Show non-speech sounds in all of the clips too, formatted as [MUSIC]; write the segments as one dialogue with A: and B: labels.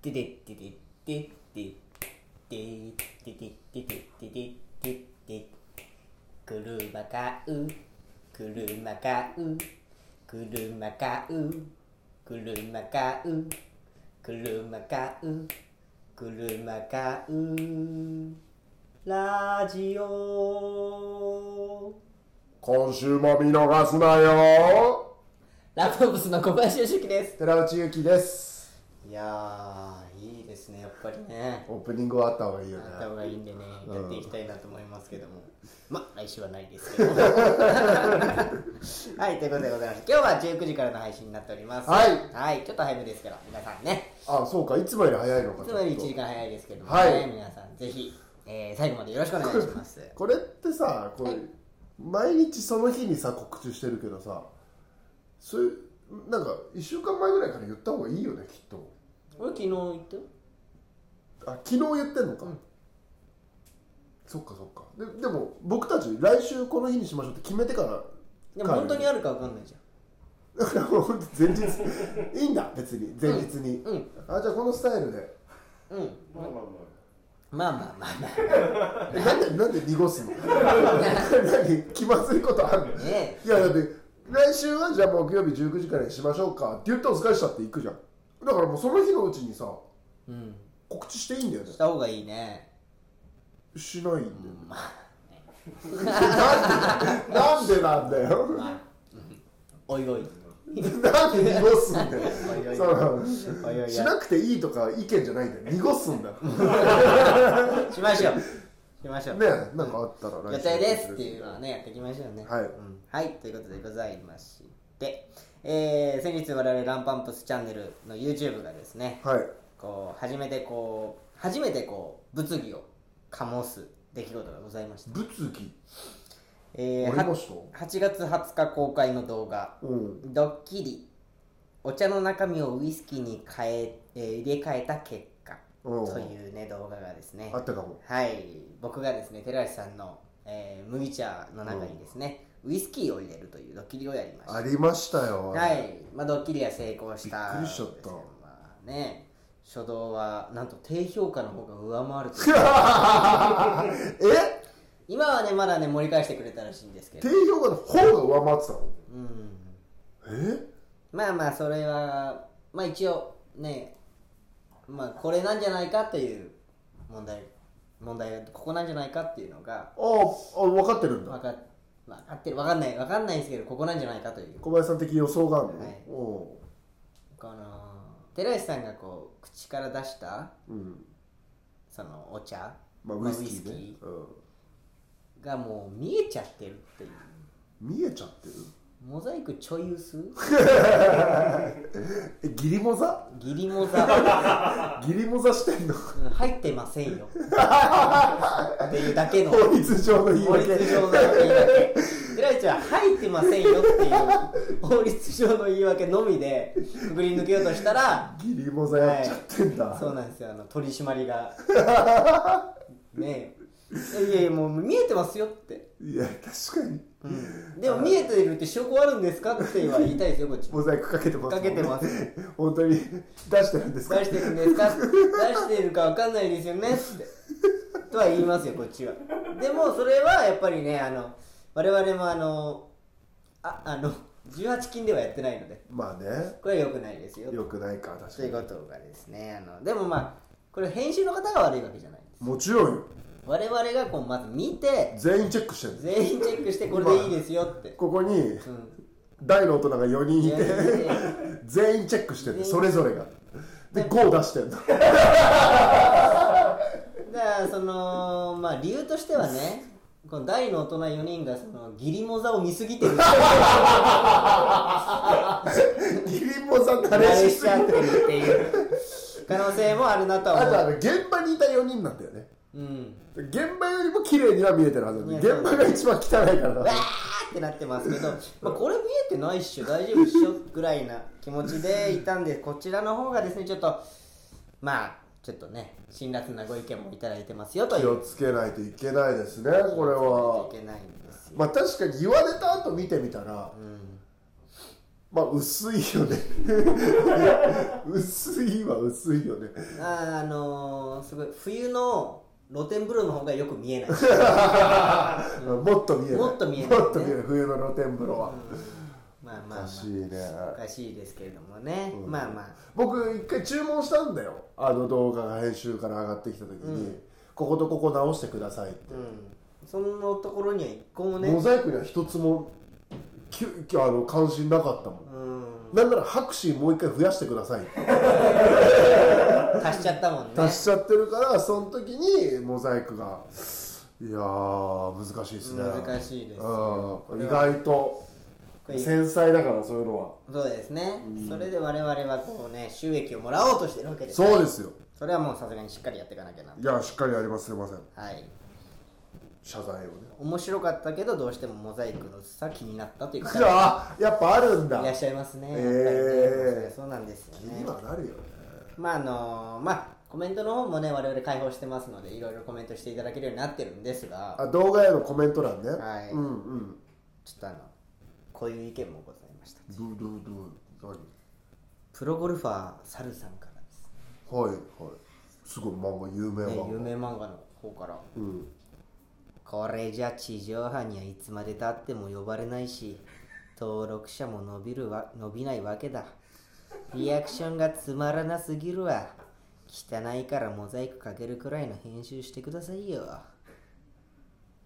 A: テテテテテテテテテテテテテテテ車買う車買う車買う車買う車買う車買うラジオ
B: 今週も見逃すなよ
A: ラブオブスの小林よしきです
B: 寺内ゆきです
A: いやーいいですねやっぱりね
B: オープニングはあった方がいいよね
A: やった方がいいんでね、やっていきたいなと思いますけども、まあ来週はないです [LAUGHS] けどはいということでございまして今日は19時からの配信になっております
B: はい
A: はいちょっと早めですから皆さんね
B: あそうかいつもより早いのか
A: いつもより1時
B: ちょっ
A: 間早いですけどもね、
B: はい
A: 皆さんぜひ、えー最後までよろしくお願いします
B: とこれってさこれ、毎日その日にさ告知してるけどさそういうなんか1週間前ぐらいから言った方がいいよねきっと
A: [LAUGHS] 俺昨日行ったよ
B: あ昨日言ってんのか、そっかそっかででも僕たち来週この日にしましょうって決めてから [LAUGHS]
A: でも本当にあるか分かんないじゃん
B: だからもう前日いいんだ別に前日に、
A: うんうん
B: あじゃあこのスタイルで
A: うん
C: まあまあま
A: まあまあまあま
B: えなんでなんで濁
A: [LAUGHS]
B: すの何気まずいことあるの、
A: あね
B: いやだって来週はじゃあ木曜日19時からにしましょうかって言ってお疲れしたって行くじゃんだからもうその日のうちにさ
A: うん
B: 告知していいんだよね
A: した方がいいね
B: しないんだよ、ねなんでなんでなんだよ
A: おいおい
B: なんで濁すんだよ
A: いやいや
B: そ
A: おいお
B: う
A: い
B: しなくていいとか意見じゃないんだよ濁すんだよ
A: [LAUGHS] しましょうしましょう
B: ねえなんかあったら
A: 予
B: 来週
A: 定ですっていうのはねやっていきましょうね
B: はい
A: うんはい、ということでございまして、えー、先日我々ランパンプスチャンネルの YouTube がですね
B: はい
A: こう初めてこう初めてこう物議を醸す出来事がございました、
B: 物議
A: え
B: ありました
A: 8月20日公開の動画
B: うん
A: ドッキリお茶の中身をウイスキーに変ええー入れ替えた結果
B: うん
A: というね動画がですね
B: あったかも
A: はい僕がですね寺橋さんの、えー麦茶の中にですね、ウイスキーを入れるというドッキリをやりました
B: ありましたよ
A: はい、まあ、ドッキリは成功した
B: びっくりしちゃった
A: まあね初動はなんと低評価の方が上回るという
B: [LAUGHS] [LAUGHS] え
A: 今はねまだね盛り返してくれたらしいんですけ
B: 低
A: ど
B: 評価の方が上回ってたの
A: うん
B: え
A: まあまあそれはまあ一応ねまあこれなんじゃないかという問題問題はここなんじゃないかっていうのが
B: ああ分かってるん
A: 分
B: だ
A: か分かってる分かんない分かんないんですけどここなんじゃないかという
B: 小林さん的予想があるの、
A: はい
B: お
A: この寺石さんがこう口から出した
B: ううん
A: そのお茶、
B: ま
A: ま
B: あウ
A: あ
B: イスキー
A: ウ
B: ね、
A: イスがもう見えちゃってるっていう
B: うん、見えちゃってる
A: モザイクちょい薄
B: えギリモザ
A: ギリモザ
B: ギリモザしてんの
A: うん入ってませんよっていうだけの
B: 法律上の言い
A: 法律
B: 訳
A: 上の言い訳寺内は入ってませんよっていう法律上の言い訳のみでくぐり抜けようとしたら
B: ギリモザやっちゃってんだ、
A: そうなんですよあの取り締まりがねえいやいやもう見えてますよって、
B: い、や確かに
A: うん、でも見えてるって証拠あるんですかっては言いたいですよこっちも
B: モザイクかけてますもんね
A: かけてます
B: 本当に出してるんですか
A: 出してるんですか出してるかわかんないですよねってとは言いますよこっちはでもそれはやっぱりねあの我々もあのああの18金ではやってないので
B: まあね
A: これは良くないですよ
B: よくないか確
A: と
B: か
A: いう
B: に
A: ことがですねあのでもまあこれ編集の方が悪いわけじゃないんです
B: もちろんよ
A: 我々がこうまず見て
B: 全員チェックしてるんです
A: 全員チェックしてこれでいいですよって、
B: ここに
A: うん、
B: 大の大人が4人いて
A: いやいや
B: 全員チェックしてる
A: 全員
B: それぞれがで5出してんだ
A: だからそのまあ理由としてはねこの大の大人4人がそのギリモザを見すぎてる
B: ギリモさん
A: 慣
B: 慣れ
A: れし
B: しす
A: ちゃ
B: ぎ
A: っててるっていう可能性もあるなとは
B: あ
A: 思う
B: とあの現場にいた4人なんだよね
A: うん
B: 現場よりも綺麗には見えてるはずなんだ
A: いや
B: 現場が一番汚いから
A: わ
B: だ
A: ーってなってますけど、まあ、これ見えてないっしょ大丈夫っしょぐらいな気持ちでいたんでこちらの方がですねちょっとまあちょっとね辛辣なご意見もいただいてますよとい
B: 気を
A: う
B: つけないといけないですねこれはい
A: けないんですよ、
B: まあ確かに言われた後見てみたら、まあ薄いよね [LAUGHS] 薄いは薄いよね
A: あーあのー、すごい冬の露天風呂の方がよく見え
B: [LAUGHS]
A: ない
B: もっと見えない
A: もっと見えないね
B: もっと見えない冬の露天風呂は、
A: まあまあ、
B: お
A: まあ、
B: かしいね
A: おかしいですけれどもね、まあまあ
B: 僕一回注文したんだよあの動画が編集から上がってきた時に、こことここ直してくださいって、
A: うんそんなところには一個もね
B: モザイクには一つもきゅきゅあの関心なかったもん、
A: うん
B: なんなら拍手もう一回増やしてくださいって
A: 足しちゃったもんね
B: 足しちゃってるからその時にモザイクがいやー難しいですね
A: 難
B: い
A: しいです
B: 意外と
A: これ
B: 繊細だからそういうのは
A: そうですね、それで我々はこうね収益をもらおうとしてるわけです
B: そうですよ
A: それはもうさすがにしっかりやっていかなきゃない
B: やしっかりやりますすいません
A: はい
B: 謝罪をね
A: 面白かったけどどうしてもモザイクの薄さ気になったという方
B: いややっぱあるんだ
A: いらっしゃいますね、
B: え
A: やっ
B: ー
A: ぱりねそうなんですよね
B: 今なるよね
A: まああのまあコメントの方もね我々開放してますのでいろいろコメントしていただけるようになってるんですが
B: あ動画へのコメント欄ね、
A: はい
B: うんうん
A: ちょっとあのこういう意見もございました
B: どうどうどう
A: プロゴルファーサルさんからです
B: 何はいはいすごい漫画有名
A: ね、
B: 漫
A: 有
B: 画、
A: 名漫画の方から、
B: ん
A: これじゃ地上波にはいつまでたっても呼ばれないし登録者も伸びるわ伸びないわけだリアクションがつまらなすぎるわ汚いからモザイクかけるくらいの編集してくださいよ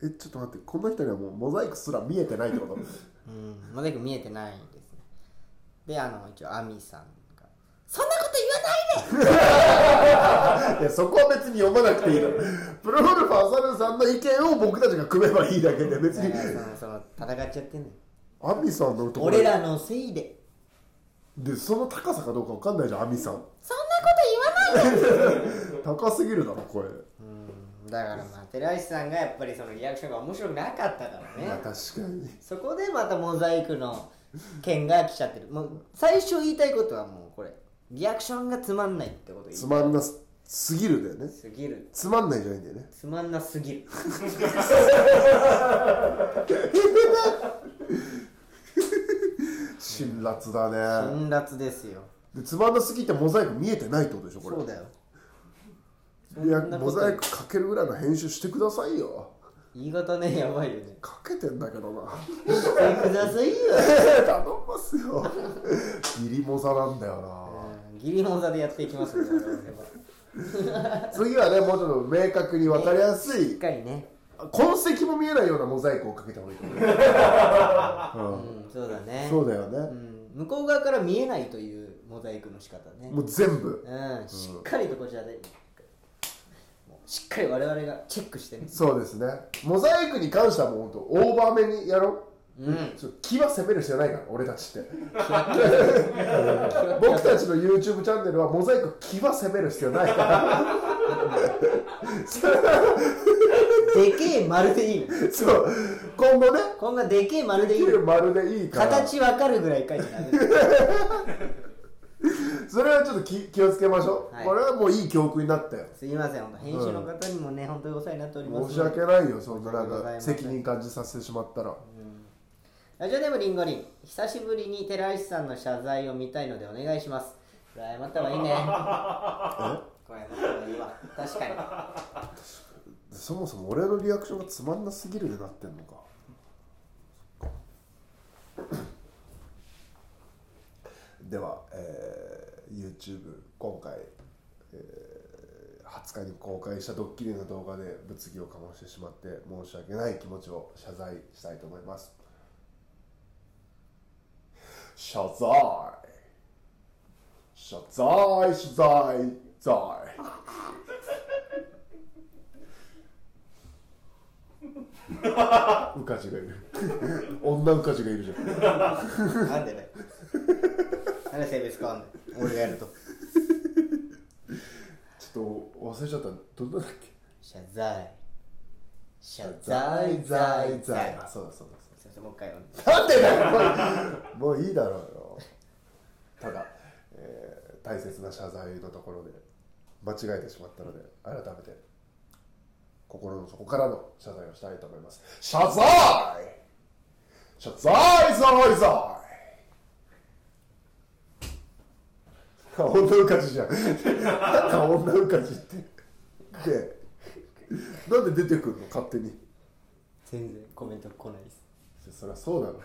B: えちょっと待ってこの人にはもうモザイクすら見えてないってこと [LAUGHS]
A: うんモザイク見えてないですねであの一応アミさんが「そんなこと言わないで!
B: いやそこは別に読まな
A: [LAUGHS]
B: くていいのプロゴルファーサルさんの意見を僕たちが組めばいいだけで別」
A: だ
B: に
A: から [LAUGHS] そのその戦っちゃってんのよ
B: アミさんのところ
A: 俺らのせいで
B: でその高さかどうかわかんないじゃんアミさ
A: そん
B: ん
A: なこと言わないで
B: 高すぎるだろこれ
A: うんだからまあ寺石さんがやっぱりそのリアクションが面白くなかったから
B: いや
A: ね
B: 確かに
A: そこでまたモザイクの件が来ちゃってるもう最初言いたいことはもうこれリアクションがつまんないってこと言い
B: つまんなすすぎるだよね
A: すぎる
B: つまんないじゃないんだよね
A: つまんなすぎる
B: 辛辣だね、
A: 辛辣ですよ
B: でつまんなすぎてモザイク見えてないってことでしょこれ
A: そうだよ
B: いや
A: そんなこ
B: モ
A: と
B: ザイクかけるぐらいの編集してくださいよ
A: 言い方ねやばいよ [LAUGHS] ね
B: かけてんだけどな [LAUGHS]
A: してくださいよ
B: 頼ますよギリモザなんだよ
A: うんギリモザでやっていきますので我々は
B: な次はねもうちょっと明確に分かりやす
A: しっ
B: い
A: かりね
B: 痕跡も見えないようなモザイクをかけた方がいいと思
A: う
B: う、
A: んそうだね
B: そうだよね、
A: うん向こう側から見えないというモザイクの仕方ね
B: もう全部
A: うん、しっかりとこちらで、もうしっかり我々がチェックしてね
B: そうですねモザイクに関してはもうほんとオーバーめにやろう、
A: うん
B: ちょ気は攻める必要ないから俺たち
A: [LAUGHS]
B: って僕たちの YouTube チャンネルはモザイク気は攻める必要ないから
A: [LAUGHS] でけえ丸でいいの
B: そう今後ね
A: こんなでけえ丸でいいの
B: 丸でいいから
A: 形わかるぐらい書いちゃダメだよ
B: それはちょっと気気をつけましょう、
A: はい
B: これはもういい教訓になったよ
A: すいません本当編集の方にもね、本当にお世話になっております
B: 申し訳ないよそんななん
A: 申し訳ござい
B: か
A: ません
B: 責任感じさせてしまったら、
A: ラジオネームりんごりん久しぶりに寺石さんの謝罪を見たいのでお願いしますこれ謝った方がいいねこれ謝った方がいいわ確かに
B: そもそも俺のリアクションがつまんなすぎるでなってんのか [COUGHS] では、えー YouTube 今回、えー20日に公開したドッキリの動画で物議を醸してしまって申し訳ない気持ちを謝罪したいと思います謝罪謝罪謝罪罪ウカジがいる [LAUGHS] 女ウカジがいるじゃん
A: なんでだよなんで性別変わんの俺がやると
B: ちょっと忘れちゃったどんなだっけ
A: 謝罪謝
B: ザ
A: 罪
B: イザイザイあそうだそうだ
A: すいませんもう一回読んで
B: そうだなんでだよもうもういいだろうよただ、えー大切な謝罪のところで間違えてしまったので改めて心の底からの謝罪をしたいと思います [LAUGHS] 謝罪謝罪罪罪女うかじじゃん [LAUGHS] なんか女うかじってねえなんで出てくるの勝手に
A: 全然コメント来ないです
B: そりゃそうなの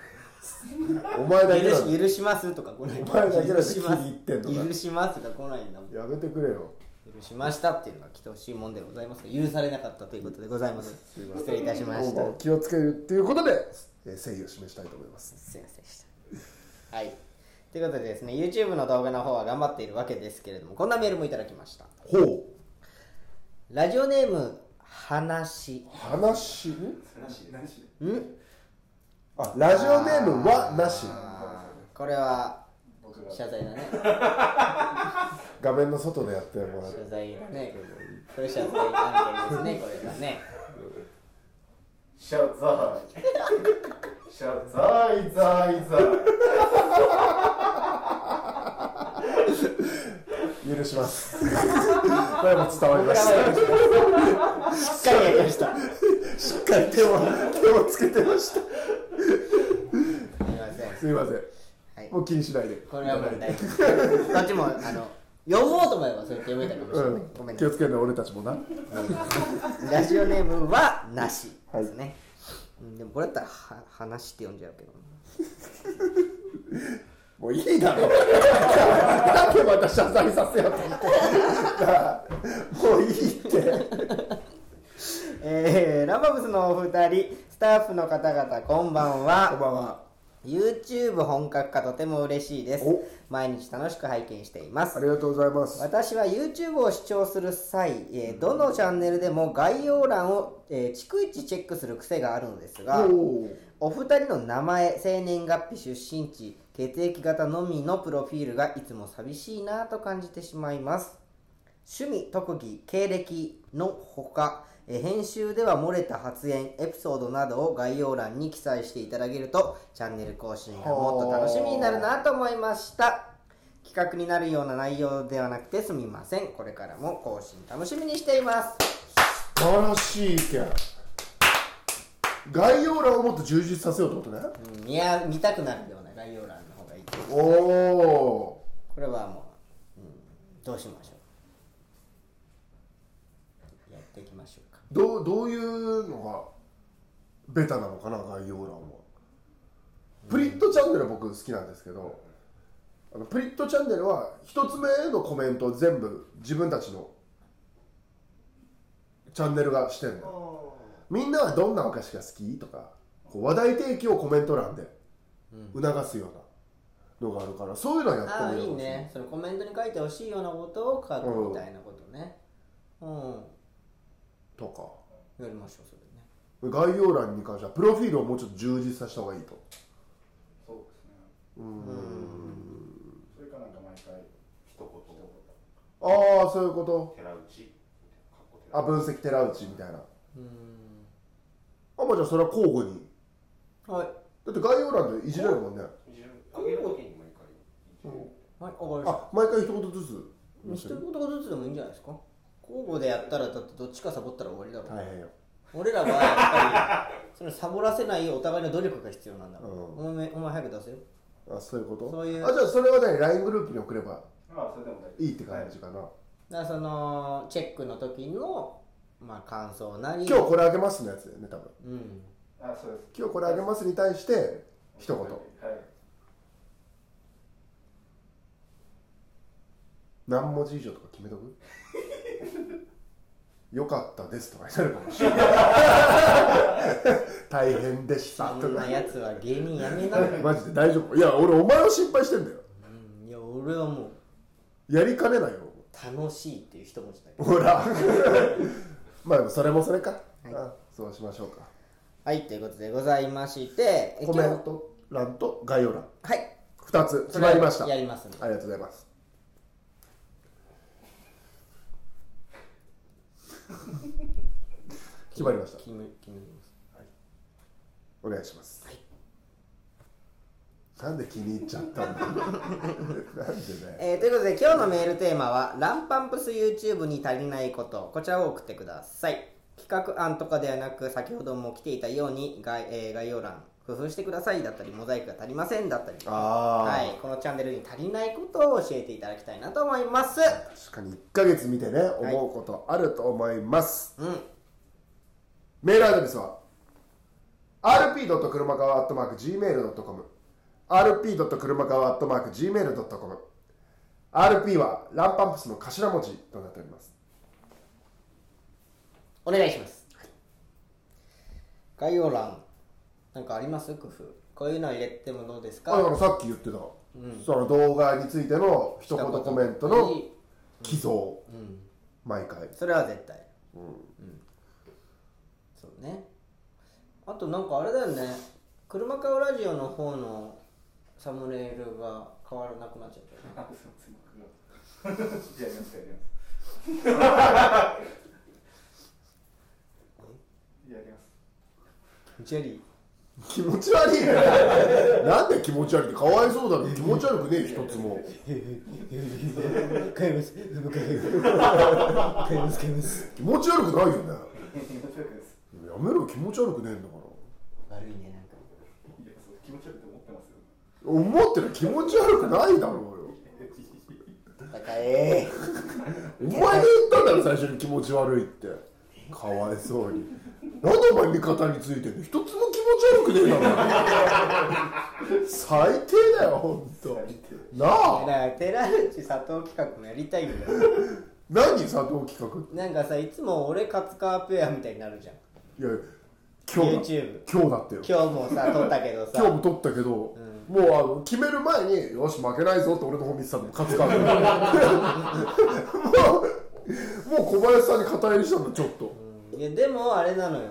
B: お前だけだろ
A: 許し許しますとか来ない
B: お前だけだ
A: 許しま
B: 気に入ってんのか
A: す許しますが来ないんだもん
B: やめてくれよ
A: 許しましたっていうのが来てほしいもんでございますが許されなかったということでございます失礼いたしま
B: 今
A: し
B: 後
A: た
B: も気をつけるっていうことで、えー誠意を示したいと思います
A: すいませんでしたはいということでですね YouTube の動画の方は頑張っているわけですけれどもこんなメールもいただきました
B: ほう
A: ラジオネーム話
B: 話ん
C: なしなし
B: あラジオネームはなし
A: これは
C: 僕が
A: 謝罪だね
B: 画面の外でやってもらって
A: 謝罪だねこれ謝罪案件ですねこれはね
C: 謝罪謝罪罪罪
B: 許しますこれも伝わりまし
A: しっかりやりましたす
B: たしっかり手を手をつけてました
A: みません
B: すいません、
A: はい
B: もう気にしないで
A: これは問題どっちもあの読もうと思えばそうやって読めたかもしれない、ごめん
B: うん、
A: な
B: 気
A: さ
B: をつけるね俺たちもな
A: ねラジオネームはなしですね、うんでもこれだったらは話って読んじゃうけどな
B: もういいだろなんでまた謝罪させようと思ってなあもういいって
A: えー、ラバブスのお二人スタッフの方々こんばんは
B: こんばんは
A: YouTube 本格化とても嬉しいです
B: お
A: 毎日楽しく拝見していま
B: あ
A: す
B: りがとうございます
A: 私は YouTube を視聴する際、えーどのチャンネルでも概要欄を、えー逐一チェックする癖があるのです
B: お
A: が
B: おー
A: お二人の名前生年月日出身地血液型のみのプロフィールがいつも寂しいなぁと感じてしまいます趣味特技経歴のほかえー編集では漏れた発言エピソードなどを概要欄に記載していただけるとチャンネル更新がもっと楽しみになるなぁと思いました企画になるような内容ではなくてすみませんこれからも更新楽しみにしています
B: 素晴らしい意見概要欄をもっと充実させようってことね、
A: うん見や見たくなるような概要欄の方がいいです
B: おお
A: これはもう、うん、どうしましょうやっていきましょうか
B: どうどういうのがベタなのかな概要欄はプリットチャンネルは僕好きなんですけどあのプリットチャンネルは一つ目のコメントを全部自分たちのチャンネルがしてるのみんなはどんなお菓子が好きとかこう話題提起をコメント欄で促すようなのがあるからそういうのはやって
A: ああ
B: みよう
A: いい
B: かもしれない
A: ねそのコメントに書いてほしいようなことを書くみたいなことねうん、
B: とか
A: やりましょうそれね
B: 概要欄に関してはプロフィールをもうちょっと充実させた方がいいと
C: そうですねうんそれかなんか毎回
D: 一言
B: ああそういうこと
D: 寺内かっこ寺
B: あ分析寺内みたいなあまあじゃあそれは交互に
A: はい
B: だって概要欄でいじれるもんね
D: あげる時に毎回一応
A: はいわか
B: あ毎回一言ずつ
A: りました一言ずつでもいいんじゃないですか交互でやったらだってどっちかサボったら終わりだろう、
B: 大変よ
A: 俺らはやっぱり
B: [LAUGHS]
A: それサボらせないお互いの努力が必要なんだから、
B: うん
A: お前お前早く出せよ
B: あそういうこと
A: そういう
B: あじゃあそれはね LINE グループに送れば
C: まあそれでも大丈夫
B: いいって感じか
A: だ
B: な、
A: からそのチェックの時のまあ感想なり
B: 今日これあげますのやつだよね多分
A: うん
C: あそうです
B: 今日これあげますに対して一言
C: はい
B: 何文字以上とか決めとく [LAUGHS] よかったですとかになるかもしれない [LAUGHS] 大変でした
A: そ
B: と
A: ん
B: か
A: なやつは芸人やめなよ、
B: マジで大丈夫いや俺お前を心配してんだよ
A: うん、いや俺はもう
B: やりかねないよ
A: 楽しいっていう一文字だけ
B: ほら [LAUGHS] まあでもそれもそれか、あそうしましょうか
A: はいということでございましてえ
B: コメン
A: 今日
B: ト欄と概要欄
A: はい
B: 2つ決まりましたあ
A: や
B: り
A: りますんで
B: がとうございます [LAUGHS] 決まりました
A: 決め決めます
B: お願いします、なんで気に入っちゃったん
A: [LAUGHS]
B: だなんでね
A: えーということで今日のメールテーマは「ランパンプス YouTube に足りないこと」こちらを送ってください企画案とかではなく先ほども来ていたように概,、えー概要欄工夫してくださいだったりモザイクが足りませんだったり、
B: あー
A: はい、このチャンネルに足りないことを教えていただきたいなと思います
B: 確かに1ヶ月見てね思うことあると思います、
A: うん
B: メールアドレスは rp. 車川 .gmail.com rp. 車川 .gmail.com rp はランパンプスの頭文字となっております
A: お願いします、概要欄なんかあります工夫こういうの入れてもどうです
B: あだか
A: から
B: さっき言ってた、その動画についての一言コメントの寄贈、毎回
A: それは絶対うんそうねあとなんかあれだよね車買うラジオの方のサムネイルが変わらなくなっちゃったよね
C: あすいません僕が [LAUGHS] やりますやり
D: [LAUGHS]
C: ますやります
A: ジェリ
B: 気持ち悪いねなんで気持ち悪いってかわいそうだろ気持ち悪くねえ一つも
A: [LAUGHS] ー買います買います買います
B: 気持ち悪くないよね
C: 気持ち悪くないです
B: やめろ気持ち悪くねえんだから
A: 悪いねなんか
C: いやそう気持ち悪いと思ってますよ
B: 思ってる気持ち悪くないだろうよ
A: 高い
B: お前が言ったんだろ最初に気持ち悪いってかわいそうになんでお前味方についてるの一つも気持ち悪くねえだろ最低だよ本当な
A: だか
B: あ
A: ら寺内佐藤企画もやりたいんだよ
B: 何佐藤企画
A: なんかさいつも俺勝川ペアみたいになるじゃん
B: いや今日だ
A: YouTube
B: 今日だってよ
A: 今日も
B: [LAUGHS]
A: さ撮ったけどさ
B: 今日も取ったけど、もうあの決める前によし負けないぞって俺の方見てたの勝つからもうもう小林さんに肩入りしたのちょっと、
A: いやでもあれなのよ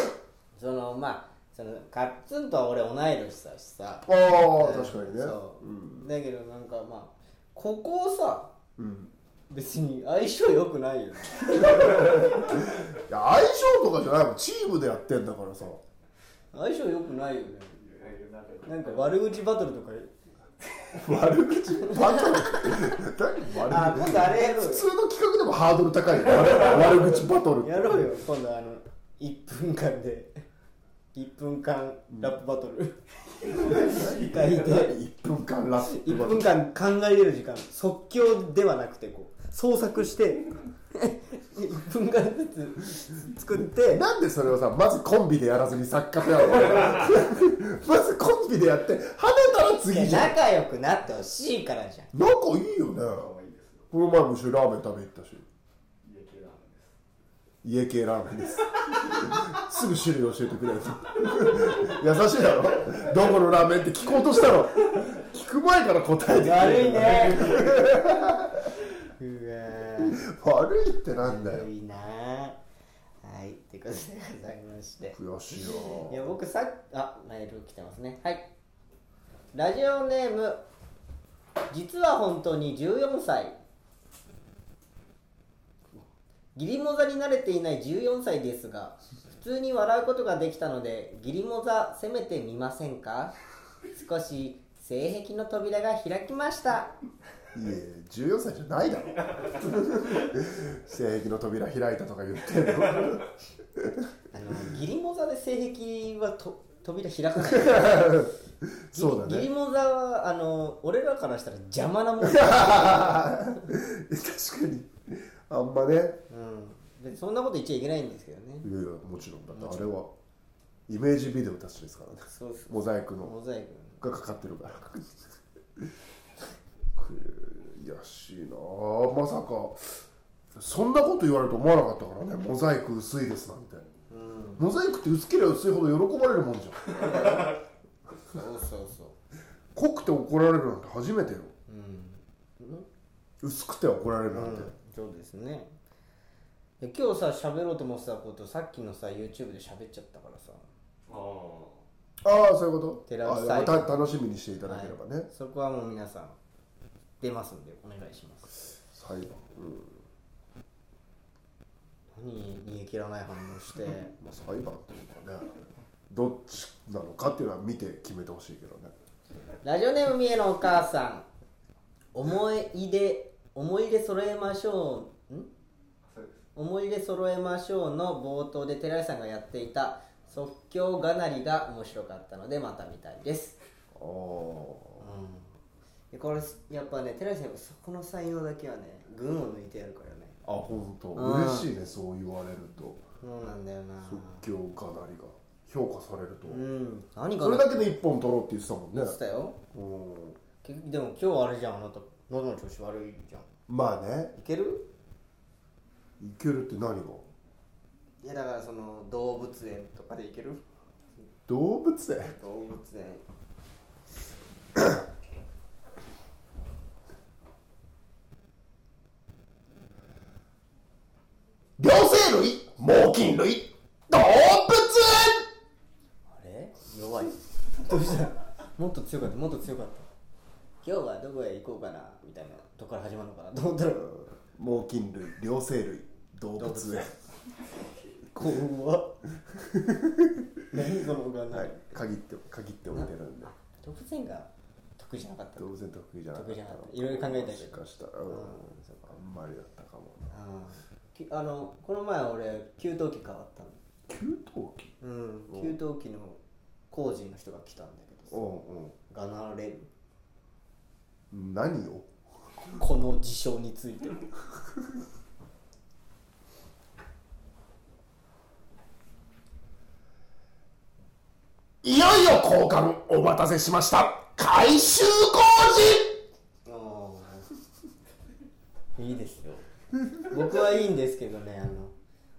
A: [COUGHS] そのまあそのカッツンとは俺同い年だしさ
B: ああ確かにね
A: そう、
B: うん
A: だけどなんかまあここをさ
B: うん
A: 別に相性良くないよね
B: いや相性とかじゃないもんチームでやってんだからさ
A: 相性良くないよね
C: いやいやなんか
A: なんか悪口バトルとか
B: 悪口バトル何
A: あ
B: 悪
A: 今度あれやろう
B: 口
A: よ
B: 普通の企画でもハードル高いよ悪悪口バトルって
A: やろうよ今度あの1分間で1分間ラップバトル、 [LAUGHS] 書いて
B: 1分間ラップ
A: 1分間考えれる時間即興ではなくてこう創作して1分間ずつ作って
B: なんでそれをさまずコンビでやらずに作家ペアを [LAUGHS] まずコンビでやって跳ねたら次
A: い
B: じゃ
A: や
B: ん
A: 仲良くなってほしいからじゃん
B: 仲いいよね
C: 可愛いですよ
B: この前も一緒にラーメン食べ行ったし
C: 家系ラーメンです
B: 家系ラーメンです [LAUGHS] すぐ種類教えてくれる [LAUGHS] 優しいだろどこのラーメンって聞こうとしたろ聞く前から答えてくれ
A: 悪
B: る
A: いねうわ
B: 悪いってなんだよ
A: 悪いなはいってことでございまして
B: 悔しいよ
A: いや僕さっあメール来てますねはいラジオネーム実は本当に14歳義理モザに慣れていない14歳ですが普通に笑うことができたので義理モザ攻めてみませんか少し性癖の扉が開きました
B: いや14歳じゃないだろ [LAUGHS] 性癖の扉開いたとか言ってんの
A: あの義理モザで性癖はと扉開かない
B: そうだ [LAUGHS]
A: 義理
B: ね
A: モザはあの俺らからしたら邪魔なもん
B: 確かにあんまねいや
A: うんで、そんなこと言っちゃいけないんですけどね。
B: いやもちろんだってあれはイメージビデオたちですからね
A: そうそう。
B: モザイクの
A: モザイク。
B: がかかってるから悔しいなあまさかそんなこと言われると思わなかったからねモザイク薄いですなんて、モザイクって薄ければ薄いほど喜ばれるもんじゃん
A: そうそうそ
B: 濃くて怒られるなんて初めてよ
A: う。うん。
B: 薄くて怒られるなんて、
A: そうですね。で今日さ、喋ろうと思ってたこと、さっきのさ、YouTube で喋っちゃったからさ。
D: ああ
B: ああそういうこと
A: 寺内
B: あ
A: さん
B: た楽しみにしていただければね、
A: そこはもう皆さん、出ますんで、お願いします。
B: 裁判、うん
A: 何、煮え切らない反応 [LAUGHS] して。
B: まあ、裁判というかねどっちなのかっていうのは見て決めてほしいけどね
A: ラジオネーム三重のお母さん。思い出、思い出揃えましょう。ん
C: そうです
A: 思い出揃えましょうの冒頭で寺井さんがやっていた即興がなりが面白かったのでまた見たいです
B: おお
A: でこれやっぱね寺石さんやっぱそこの才能だけはね群を抜いてやるからね
B: ーあ本当
A: うん
B: 嬉しいねそう言われると
A: そうなんだよな
B: 即興かなりが評価されると
A: うん何が
B: それだけで一本取ろうって言ってたもんね
A: 言ってたよ
B: うん
A: 結局でも今日あれじゃんあなた喉の調子悪いじゃん
B: まあね
A: いける
B: いけるって何が
A: いやだからその動物園とかでいける
B: 動物園
A: 動物園
B: 両生類猛禽類動物園
A: あれ弱いどうしたもっと強かったもっと強かった今日はどこへ行こうかなみたいなとこから始まるのかなと思ったら
B: 猛禽類両生類動物園
A: 怖っ何このお金、
B: はい限って限っておいてるんで
A: 動物園が得意じゃなかった
B: 動物園得意じゃなかった
A: 得意じゃなかったいろいろ考えたけど
B: もしかしたらうんあんまりだったかもな
A: あーきあのこの前俺給湯器変わったの
B: 給湯器
A: うん給湯器の工事の人が来たんだけど
B: うん
A: がなれる
B: うん何を
A: この事象について
B: いよいよ交換お待たせしました改修工
A: ああいいですよ僕はいいんですけどねあの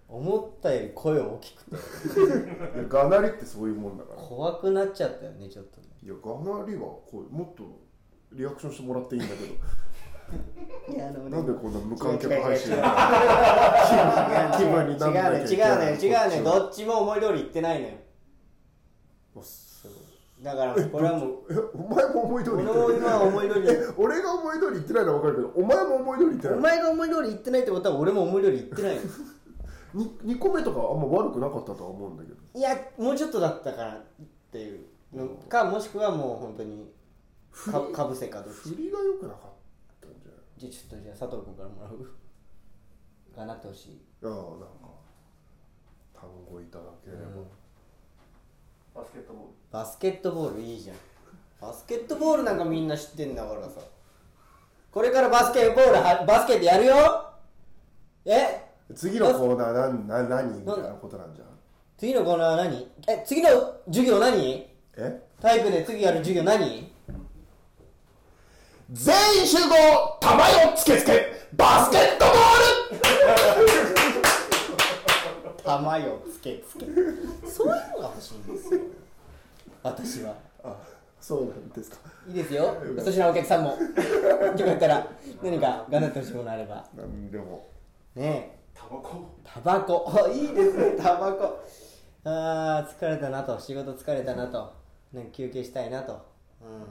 A: 思ったより声大きくて
B: 事いやがなりってそういうもんだからい
A: 怖くなっちゃったよねちょっとね
B: やがなりはこうもっとリアクションしてもらっていいんだけど
A: [LAUGHS] いやあの
B: なんでこんな無観客配信
A: 違う違う違う
B: 気分に
A: 違う
B: なんな
A: ね
B: き
A: 違
B: ゃ
A: うね
B: いけ
A: 違
B: ないう
A: ねどっちも思い通り言ってないのよだからこれはもう
B: えお前も思い通り
A: 俺
B: 言
A: も
B: ってない
A: 今は思い通りだ
B: え俺が思い通り言ってないのは分かるけどお前も思い通り言 [LAUGHS] って
A: お
B: ない
A: 前が思い通り言ってないってことは俺も思い通り言って
B: [LAUGHS]
A: ないの
B: に2個目とかあんま悪くなかったとは思うんだけど
A: いやもうちょっとだったからっていうのかもしくはもう本当にかかぶせかどっち
B: 振りが良くなかったんじゃ
A: じゃあちょっとじゃあ佐藤君からもらう [LAUGHS] がなってほしい
B: ないああなんか単語いただければ、
C: バスケットボール
A: バスケットボールいいじゃんバスケットボールなんかみんな知ってんだからさこれからバスケボールはバスケットやるよえ
B: 次のコーナーなんな何みたいなことなんじゃん
A: 次のコーナー何え次の授業何
B: え
A: 体育で次やる授業何
B: 全員集合玉よつけつけバスケットボール
A: [LAUGHS] 玉よつけつけそういうのが欲しいんですよ私は
B: そうなんですか
A: いいですよそちらのお客さんもよかったら何か頑張ってほしいものあれば
B: なんでも
A: ねえ
D: タバコ
A: タバコあいいですねタバコあー疲れたなと仕事疲れたなとなんか休憩したいなと、うん、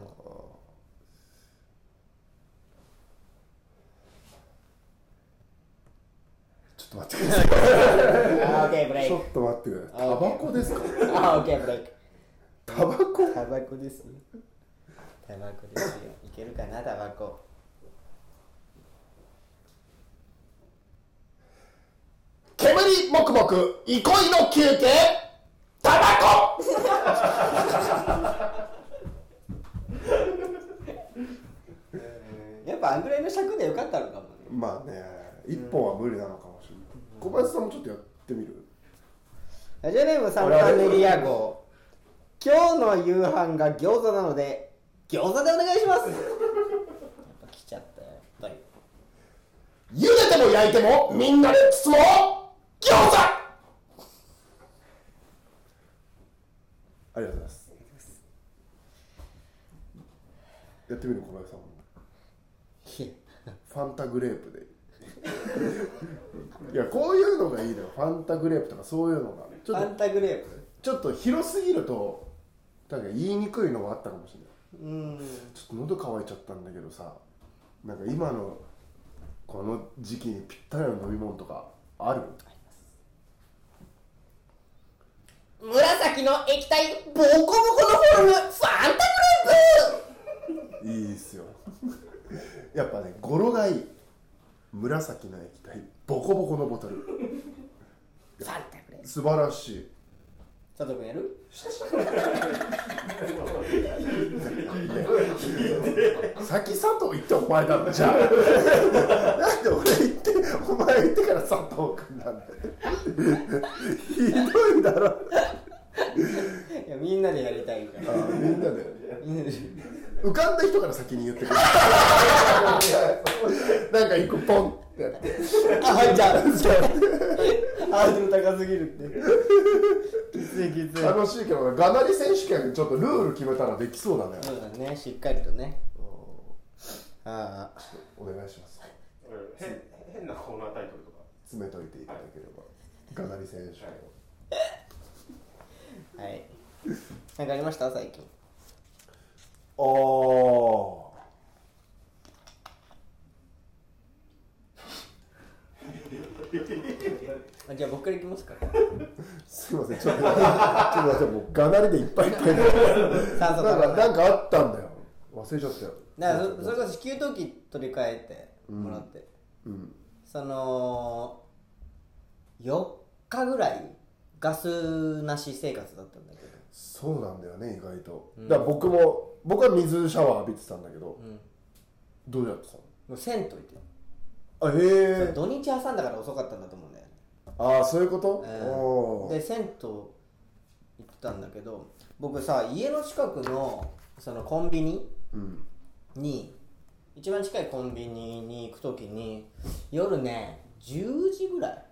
B: ちょっと待ってください
A: あーオッケーブレイ
B: [LAUGHS] ちょ
A: ク
B: っと待ってくださいタバコです
A: あ
B: か
A: ーオッケーブレイク
B: タバコ
A: タバコですねタバコですよいけるかなタバコ
B: 煙もくもく憩いの休憩タバコ
A: やっぱあんぐらいの尺でよかったのかもね
B: まあね一本は無理なのかもしれない小林さんもちょっとやってみる
A: ラジオネームサンタネリア号今日の夕飯が餃子なので餃子でお願いしますやっぱ来ちゃったよやっぱり
B: 茹でても焼いてもみんなで包もう餃子ありがとうございますやってみる小林さんもファンタグレープで [LAUGHS] いやこういうのがいいのよファンタグレープとかそういうのがち
A: フ
B: ょっと
A: ァンタグレープ
B: ちょっと広すぎるとなんか言いにくいのはあったかもしれない
A: うん
B: ちょっと喉乾いちゃったんだけどさなんか今のこの時期にぴったりの飲み物とかある
A: 紫の液体ボコボコのフォルムファンタグ
B: いいっすよやっぱね語呂がいい紫の液体ボコボコのボトル
A: レープファンタグレープ
B: 素晴らしい
A: 佐佐藤君やる
B: 先佐藤行ってお前なんだじゃあなんで俺行ってお前行ってから佐藤君なんだよひどいだろ
A: いやみんなでやりたいから
B: みんなで
A: みんなで
B: 浮かんだ人から先に言ってくるなんか一個ポンってやって
A: [LAUGHS] あ入っちゃうハードル高すぎるって [LAUGHS] きついきつい
B: 楽しいけどガナリ選手権ちょっとルール決めたらできそうだね、
A: そうだねしっかりとねああ
B: お願いします
D: 変変なコーナータイトルとか
B: 詰めといていただければガナリ選手権
D: はい
A: はいなんかありました最近
B: ああ
A: あじゃあ僕からいき
B: [LAUGHS]
A: ますか
B: すいませんちょっとちょっと待ってもうガナリでいっぱいいっぱいで
A: 酸素
B: なんか
A: だ
B: なんかあったんだよ忘れちゃったよ
A: だからそそれこそ給湯器取り替えてもらって、
B: うん
A: その4日ぐらいガスなし生活だったんだけど
B: そうなんだよね意外と、だから僕も僕は水シャワー浴びてたんだけど、
A: ん
B: どうやってたの
A: もう銭湯行って
B: あへ
A: た
B: え
A: 土日挟んだから遅かったんだと思うんだよね
B: ああそういうこと、
A: うん
B: おー
A: で銭湯行ってたんだけど僕さ家の近くのそのコンビニ
B: うん
A: に一番近いコンビニに行く時に夜ね10時ぐらい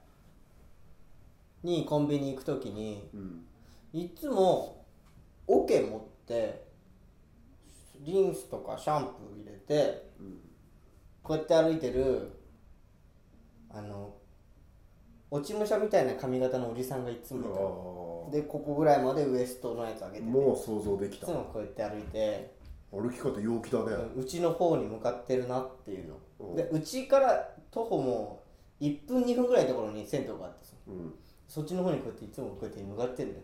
A: にコンビニ行く時に
B: うん
A: いつも桶持ってリンスとかシャンプー入れて、こうやって歩いてるあの落ち武者みたいな髪型のおじさんがいつ
B: あー
A: もいたでここぐらいまでウエストのやつ上げてて
B: もう想像でき
A: いつ
B: た
A: もこうやって歩いて
B: 歩き方陽気だね、
A: うちの方に向かってるなっていう
B: う
A: の
B: ん
A: でうちから徒歩も1分2分ぐらいのところに銭湯があってさ
B: うん
A: そっちの方にこうやっていつもこうやって向かってんだよ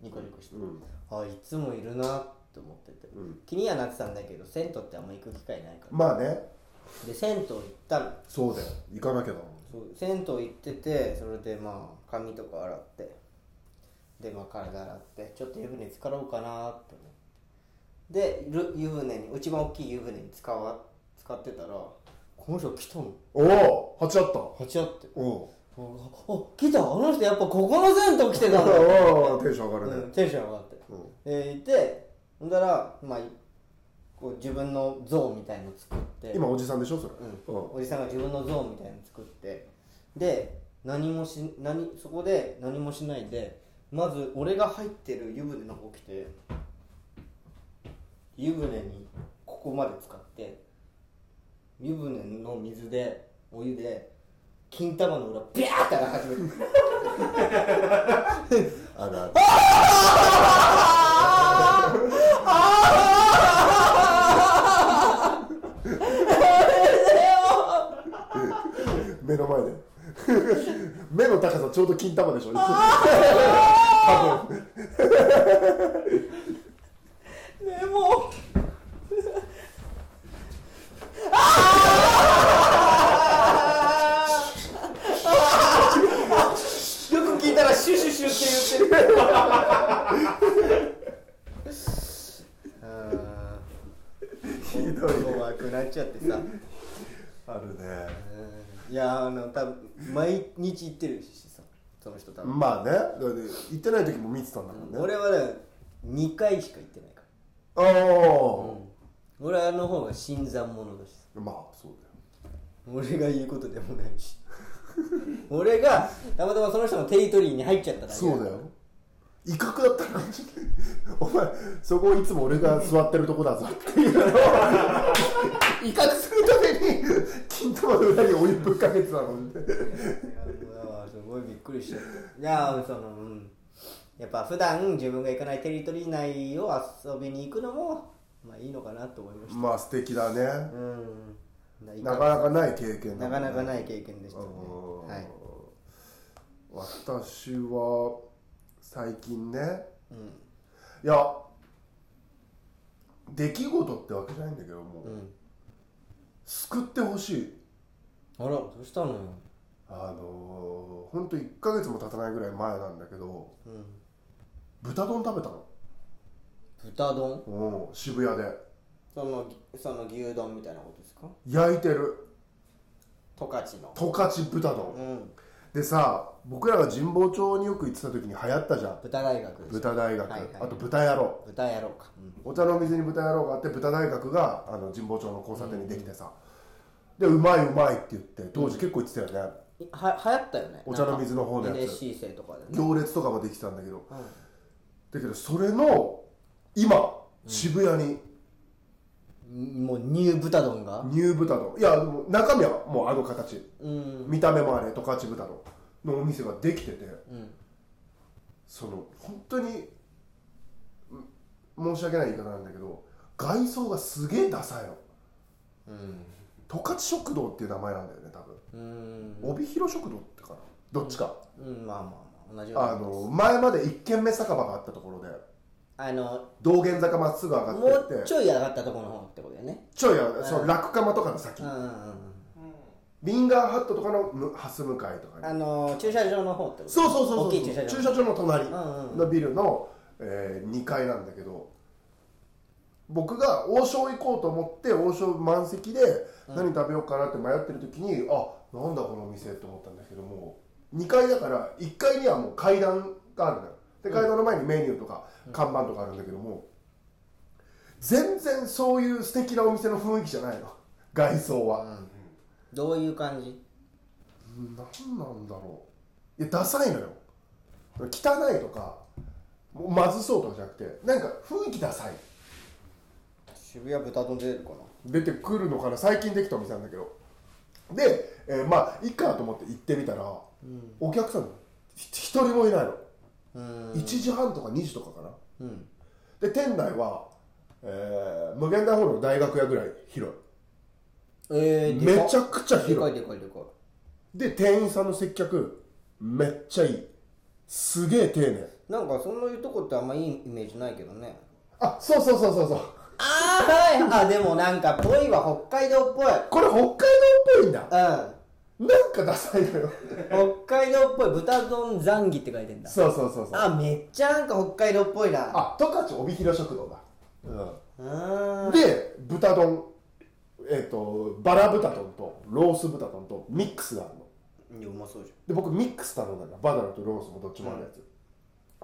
A: ニコニコして、
B: うん
A: あいつもいるなって思ってて、
B: うん
A: 気にはなってたんだけど銭湯ってあんま行く機会ないから
B: まあね
A: で銭湯行ったの
B: そうだよ行かなきゃだ
A: そう銭湯行っててそれでまあ髪とか洗ってでまあ体洗ってちょっと湯船に浸かろうかなって思ってでる湯船に一番大きい湯船に使わ使ってたらこの人来たの
B: もんおお鉢あった
A: 鉢あって
B: おお
A: ああ来たあの人やっぱここの銭湯来 [LAUGHS] てたんだ
B: おおテンション上がる
A: う
B: ね
A: ん、テンション上がって、
B: う
A: でいてほんだら、まあ、こう自分の像みたいの作って
B: 今おじさんでしょそれ、
A: うんおじさんが自分の像みたいの作ってで何もし何そこで何もしないでまず俺が入ってる湯船の方来て湯船にここまで使って湯船の水でお湯で金玉の裏ビャーって洗い始める
B: あるある目の前で [LAUGHS] 目の高さちょうど金玉でしょ多分
A: でもよく聞いたらシュシュシュって言ってる
B: ひどいね
A: 怖くなっちゃってさ
B: あるね
A: うんいやあの多分毎日行ってるしさその人多分、
B: まあねだって行ってない時も見てたんだもんね
A: 俺はね2回しか行ってないから
B: ああ、
A: 俺はあの方が新参者だし
B: まあそうだよ
A: 俺が言うことでもないし [LAUGHS] 俺がたまたまその人のテリトリーに入っちゃっただけ
B: そうだよ威嚇だったらお前そこいつも俺が座ってるとこだぞっていうのを威嚇するために金玉の裏にお湯ぶっかけてたもんね
A: うわすごいびっくりしちゃったいやそのうんやっぱ普段自分が行かないテリトリー内を遊びに行くのもまあいいのかなと思いまし
B: まあ素敵だね
A: たうんない
B: なかなかない経験
A: な
B: だも
A: か
B: んね
A: なかない経験でしたね
B: うん
A: はい
B: 私は最近ね
A: うん
B: いや出来事ってわけじゃないんだけどもう、
A: うん
B: 救ってほしい
A: あらどうしたのよ
B: あのー、ほんと1ヶ月も経たないぐらい前なんだけど
A: うん
B: 豚丼食べたの
A: 豚丼
B: うん渋谷で
A: そのその牛丼みたいなことですか
B: 焼いてる
A: 十勝の
B: 十勝豚丼
A: うん
B: でさ僕らが神保町によく行ってた時に流行ったじゃん
A: 豚大学です
B: 豚大学、
A: はいはい
B: あと豚野郎
A: 豚やろうか、うん
B: お茶の水に豚野郎があって豚大学があの神保町の交差点にできてさ、でうまいうまいって言って当時結構言ってたよね、
A: は流行ったよね
B: お茶の水の方のやつ
A: なんか NSC 生とかでね
B: 行列とかもできてたんだけど、だけどそれの今渋谷に
A: もうニュー豚丼が
B: ニュー豚丼いやでも中身はもうあの形、
A: うん
B: 見た目もあれ十勝豚丼のお店ができてて、
A: ん
B: その本当にん申し訳ない言い方なんだけど外装がすげえダサいの
A: うん
B: 十勝食堂っていう名前なんだよね多分
A: うん、
B: 帯広食堂ってかなどっちか、
A: うん、まあまあまあ同じような
B: あの前まで一軒目酒場があったところで
A: あの
B: 道玄坂まっすぐ上が
A: も
B: ってって
A: うちょい上がったところの方ってことだよね
B: ちょいやその落釜とかの先、
A: うんうんうん
B: リンガーハットとかのむハス向かいとかに
A: あの駐車場の方ってこと
B: そうそうそうそう
A: 大きい駐車場
B: の隣
A: んうん
B: のビルの、えー、2階なんだけど僕が王将行こうと思って王将満席で何食べようかなって迷ってる時に、あなんだこのお店って思ったんだけども2階だから1階にはもう階段があるのよで階段の前にメニューとか看板とかあるんだけども、全然そういう素敵なお店の雰囲気じゃないの外装は、
A: どういう感じ
B: 何なんだろういやダサいのよ汚いとかもうまずそうとかじゃなくてなんか雰囲気ダサい
A: 渋谷豚丼出てるかな
B: 出てくるのかな最近できたお店なんだけどで、えーまあいいかと思って行ってみたら、お客さんひ一人もいないの、
A: うん
B: 1時半とか2時とかかな
A: うん
B: で店内は、えー無限大ホールの大学屋ぐらい広
A: え
B: い
A: ー、
B: めちゃ
A: く
B: くちゃ
A: でか
B: 広
A: い
B: い
A: でかいでかい
B: で店員さんの接客めっちゃいいすげえ丁寧
A: なんかそういうとこってあんまいいイメージないけどね
B: あそうそうそうそうそう
A: ああはいあでもなんかぽいは北海道っぽい
B: これ北海道っぽいんだ
A: う
B: なんかダサいのよ
A: ん北海道っぽい豚丼残儀って書いてんだ
B: そうそうそうそう
A: あめっちゃなんか北海道っぽいな
B: あ十勝帯広食堂だ、う
A: うー
B: ん、
A: ん
B: で豚丼えっ、とバラ豚丼とロース豚丼とミックスがあるの
A: いやうまそうじ
B: で僕ミックス頼んだからバナナとロースもどっちもあるやつ、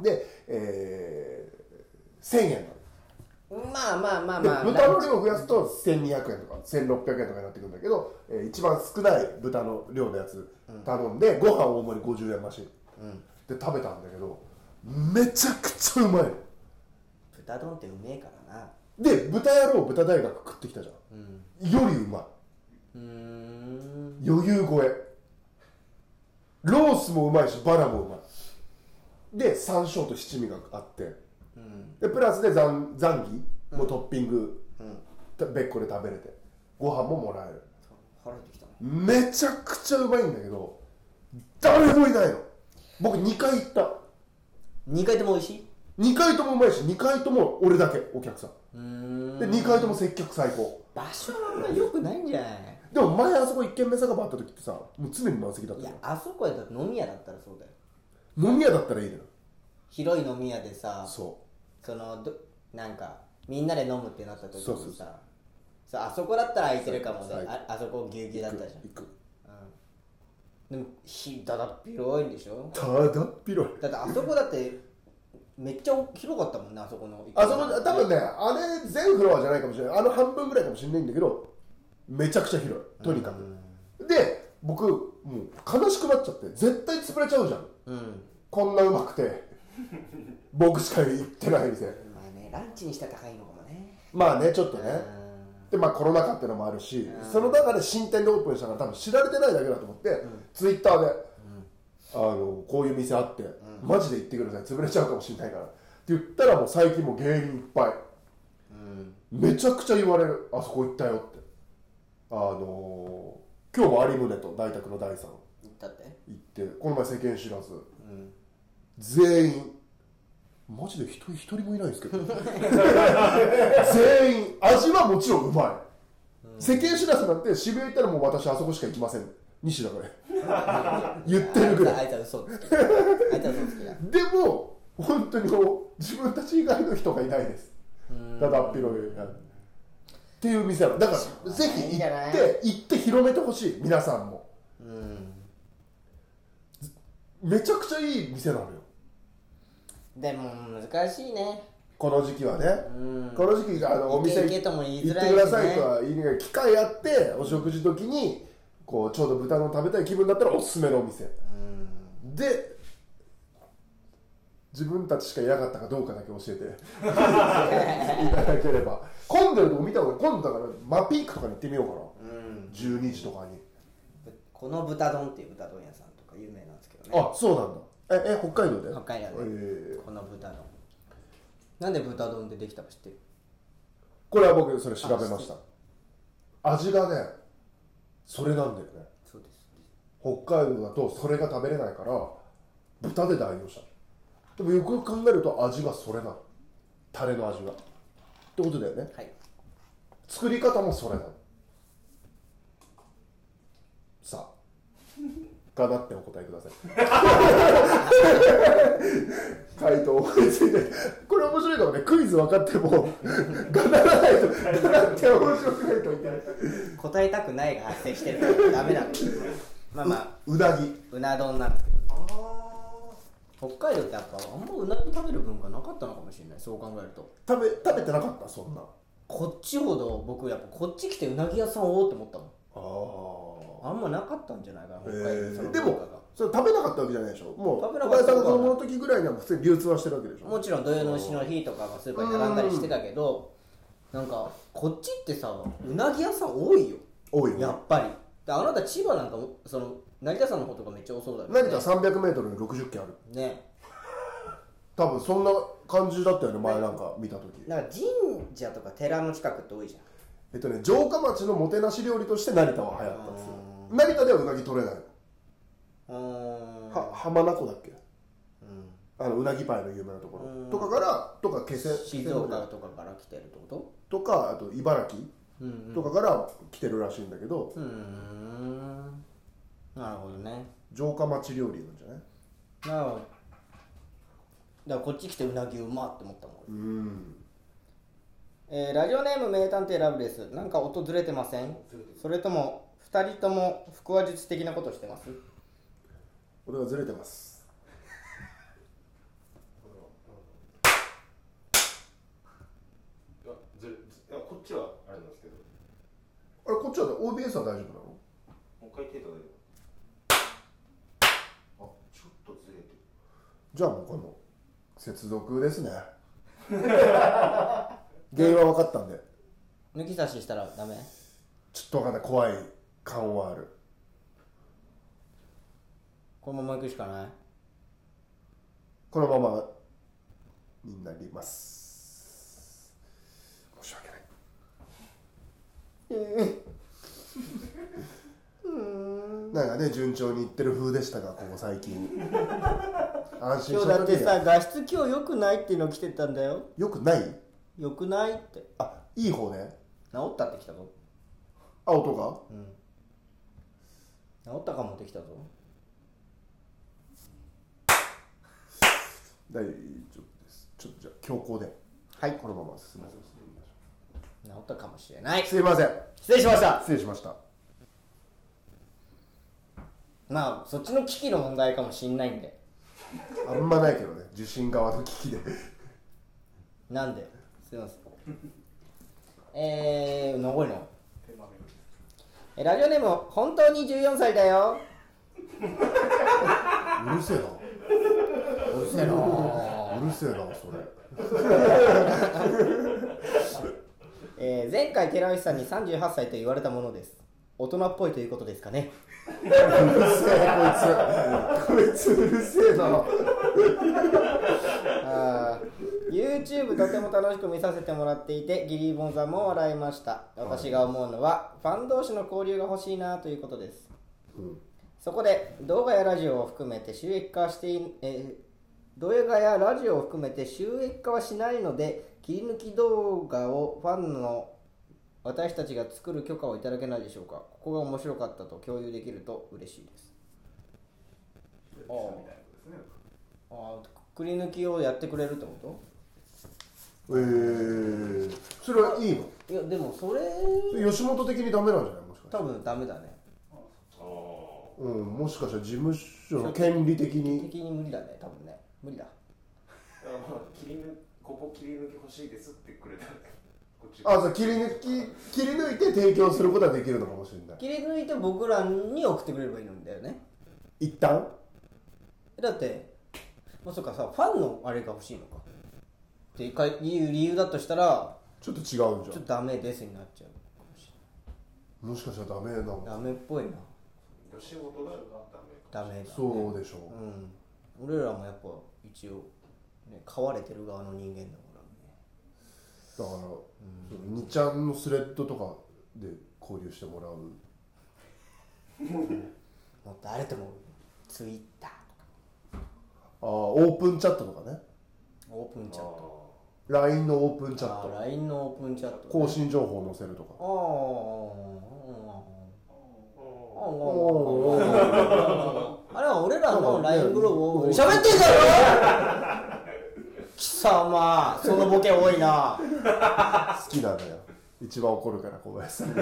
B: でえー、1000円な
A: ゃ
B: の
A: んまあまあまあ
B: で
A: まあ
B: 豚の量増やすと1200円とか1600円とかになってくるんだけど、えー一番少ない豚の量のやつ頼んで、ご飯大盛り50円マシン、で食べたんだけどめちゃくちゃうまいの
A: 豚丼ってうめえからな
B: で豚野郎豚大学食ってきたじゃん、よりうま
A: うーん
B: い余裕超えロースもうまいしバラもうまいで山椒と七味があって、でプラスでザンザンギもトッピング、別個で食べれてご飯ももらえる
A: 腹減ってきたな
B: めちゃくちゃうまいんだけど誰もいないの僕2回行った
A: 2回とも美味しい
B: 2回ともうまいし2回とも俺だけお客さ
A: うー
B: ん
A: ん
B: で2回とも接客最高
A: 場所はあんま良くないんじゃない
B: でも前あそこ一軒目酒場あった時ってさもう常に満席だった
A: い
B: じゃ
A: や
B: ん
A: あそこやったら飲み屋だったらそうだよ
B: 飲み屋だったらいいのよ
A: 広い飲み屋でさ
B: そ
A: そのどなんかみんなで飲むってなった時にさ
B: そうそうそう
A: そうあそこだったら空いてるかもね
B: そう
A: ああそこぎゅうぎゅう
B: う
A: だっ
B: 行
A: た
B: く
A: じゃん
B: 行く
A: でもひだだっ広いんでしょ
B: ただっ広い
A: だってあそこだってめっちゃ広かったもんねあそこの
B: あそこ多分ねあれ全フロアじゃないかもしれないあの半分ぐらいかもしれないんだけどめちゃくちゃ広いとにかくで僕もう悲しくなっちゃって絶対潰れちゃうじゃん
A: うん
B: こんなうまく [LAUGHS] て僕しか行ってない店
A: まあねランチにしたら高いのかもね
B: まあねちょっとね
A: うん
B: でまあコロナ禍ってのもあるしその中で新店でオープンしたから多分知られてないだけだと思って、ツイッターで、あのこういう店あって、マジで行ってください潰れちゃうかもしれないからって言ったらもう最近もう芸人いっぱい、めちゃくちゃ言われるあそこ行ったよってあのー今日も有宗と大宅の大さん
A: だって
B: 行ってこの前世間知らず、全員マジで一人一人もいないんですけ
A: [LAUGHS]
B: ど全員味はもちろんうまい、世間知らずなんて渋谷行ったらもう私あそこしか行きません
A: [LAUGHS]
B: 西田から言ってるぐらい
A: あいつは嘘つきあいつは嘘つきだ
B: でも本当にもう自分たち以外の人がいないです
A: うん
B: だだっ広いっていう店なのだか
A: う
B: ら
A: がない
B: ぜひ
A: んじゃ
B: 行
A: ない
B: って行って広めてほしい皆さんも
A: うん
B: めちゃくちゃいい店なのよ
A: でも難しいね
B: この時期はね、
A: うん
B: この時期あのお店
A: 行け行けとも言いづらいし
B: 行
A: ね
B: ってくださいとは言いにくい機会あってお食事時にこうちょうど豚の食べたい気分だったらおすすめのお店で自分たちしかいなかったかどうかだけ教
A: [LAUGHS]
B: えていただければ混んでるとこ見た方が今度だからマピークとかに行ってみよう
A: う
B: かな、
A: ん
B: 12時とかに、
A: この豚丼っていう豚丼屋さんとか有名なんですけどね
B: あそうなんだええ北海道で
A: 北海道で
B: えー
A: この豚丼なんで豚丼でできたか知ってる
B: これは僕それ調べました味がねそれなんだよね
A: そうです
B: 北海道だとそれが食べれないから豚で代用したでもよくよく考えると味がそれなのタレの味がってことだよね
A: はい
B: 作り方もそれなのさあがなってお答えください回答思いついてこれ面白いかもねクイズ分かってもがならないとがなって面白くないといけない
A: 答えたくないが発生してるからダメなんですよまあまあ
B: うなぎ
A: うな丼なんですけど
C: ああ
A: 北海道ってやっぱあんまうなぎ食べる文化なかったのかもしれないそう考えると
B: 食べ食べてなかったそんな
A: こっちほど僕やっぱこっち来てうなぎ屋さんをって思ったもん
B: ああ
A: あんまなかったんじゃないかな北海道
B: え
A: その文
B: ーで
A: 化が
B: もそれ食べなかったわけじゃないでしょもう
A: 食べな
B: 小
A: かった
B: 林さんが子供の時ぐらいには普通に流通はしてるわけでしょ
A: もちろん土用の丑の日とかがスーパーに並んだりしてたけどなんかこっちってさうなぎ屋さん多いよ
B: 多いよね
A: やっぱりであなた千葉なんかもその成田さんの方とかめっちゃ多そうだよね
B: 何か 300m に60軒ある
A: ね
B: 多分そんな感じだったよね前なんか見た時
A: なんか神社とか寺の近くって多いじゃん
B: えっとね城下町のもてなし料理として成田は流行ったんですよ成田ではうなぎ取れないの
A: うーん
B: は浜名湖だっけ
A: うん
B: あのうなぎパイの有名なとこ
A: う
B: ろ
A: ん
B: とかからとか気仙
A: 静岡とかから来てるってこと
B: とかあと茨城
A: うん
B: とかから来てるらしいんだけど
A: うんうーんなるほどね
B: 城下町料理なんじゃない
A: なるほどだからこっち来てうなぎうまって思ったもん俺
B: うん
A: えーラジオネーム名探偵ラブレスなんか音ずれてませんそれとも2人とも腹話術的なことしてます
B: 俺はずれてます
D: いやずれずいやこっちはあれなんですけど
B: あれこっちはね OBS は大丈夫なの
D: もう一回手叩いてあちょっとずれてる
B: じゃあもうこの接続です [LAUGHS] ね原因は分かったんで
A: 抜き差ししたらダメ
B: ちょっと分かんない怖い感はある
A: このまま行くしかない
B: このままになります申し訳ないなんかね順調にいってる風でしたがここ最 [LAUGHS] 近
A: 今
B: 安心し
A: 日
B: た
A: だっ
B: 時
A: て
B: に
A: さ画質今日良くないっていうの来てたんだよ
B: よくない
A: 良くないって
B: あいい方ね
A: 治ったってきたぞ
B: あ音が
A: 治ったかもってきたぞ
B: 大丈夫ですちょっとじゃあ強行ではいこのまま進めさせていただきましょ
A: 治ったかもしれないう
B: すいません
A: 失礼しました
B: 失礼しました
A: まあそっちの機器の問題かもしんないんで
B: あんまないけどね受信側の機器で
A: なんですいませんえー残りの
C: 手豆が
A: えラジオネーム本当に14歳だよ
B: うるせえなうるせえなうるせえなそれ
A: えー前回寺内さんに38歳と言われたものです大人っぽいということですかね
B: うるせえこいつこいつうるせえな
A: あー YouTube とても楽しく見させてもらっていてギリーボンさんも笑いました私が思うのはファン同士の交流が欲しいなということです、
B: うん
A: そこで動画やラジオを含めて収益化してい、えー動画やラジオを含めて収益化はしないので切り抜き動画をファンの私たちが作る許可をいただけないでしょうかここが面白かったと共有できると嬉しいです
C: 来たみたいなことですね
A: ああくり抜きをやってくれるってこ
B: えー、それはいいの
A: といやでもそれ
B: 吉本的にダメなんじゃないもしかして
A: 多分ダメだね
D: ああ
B: うんもしかしたら事務所の権利的に
A: 的に無理だね多分ね無理だ
D: だからまあ切り抜ここ切り抜き欲しいですってくれたらこっち
B: あじゃあ切り抜き切り抜いて提供することはできるのかもしれない
A: 切り抜いて僕らに送ってくれればいいんだよね
B: 一旦
A: だってまさかさファンのあれが欲しいのかっていうかいう理由だとしたら
B: ちょっと違うんじ
A: ち
B: ゃ
A: ょっとダメですになっちゃうかもし
B: んもしかしたらダメな
A: れ
B: の
A: ないダメっぽいな
D: 吉本だよなダメか
A: ダメだね
B: そうでしょ
A: うん俺らもやっぱ一応ね飼われてる側の人間だからね
B: うだからその2ちゃんのスレッドとかで交流してもらう
A: もう誰ともツイッターとか
B: あーオープンチャットとかね
A: オープンチャット
B: LINE のオープンチャッ
A: あー
B: ト
A: LINE のオープンチャット
B: 更新情報載せるとか
A: ああああ
B: おー
A: あれは俺らの LINE グループを
B: うん
A: 喋ってんだろ貴様そのボケ多いな
B: 好きなのよ一番怒るから小林さん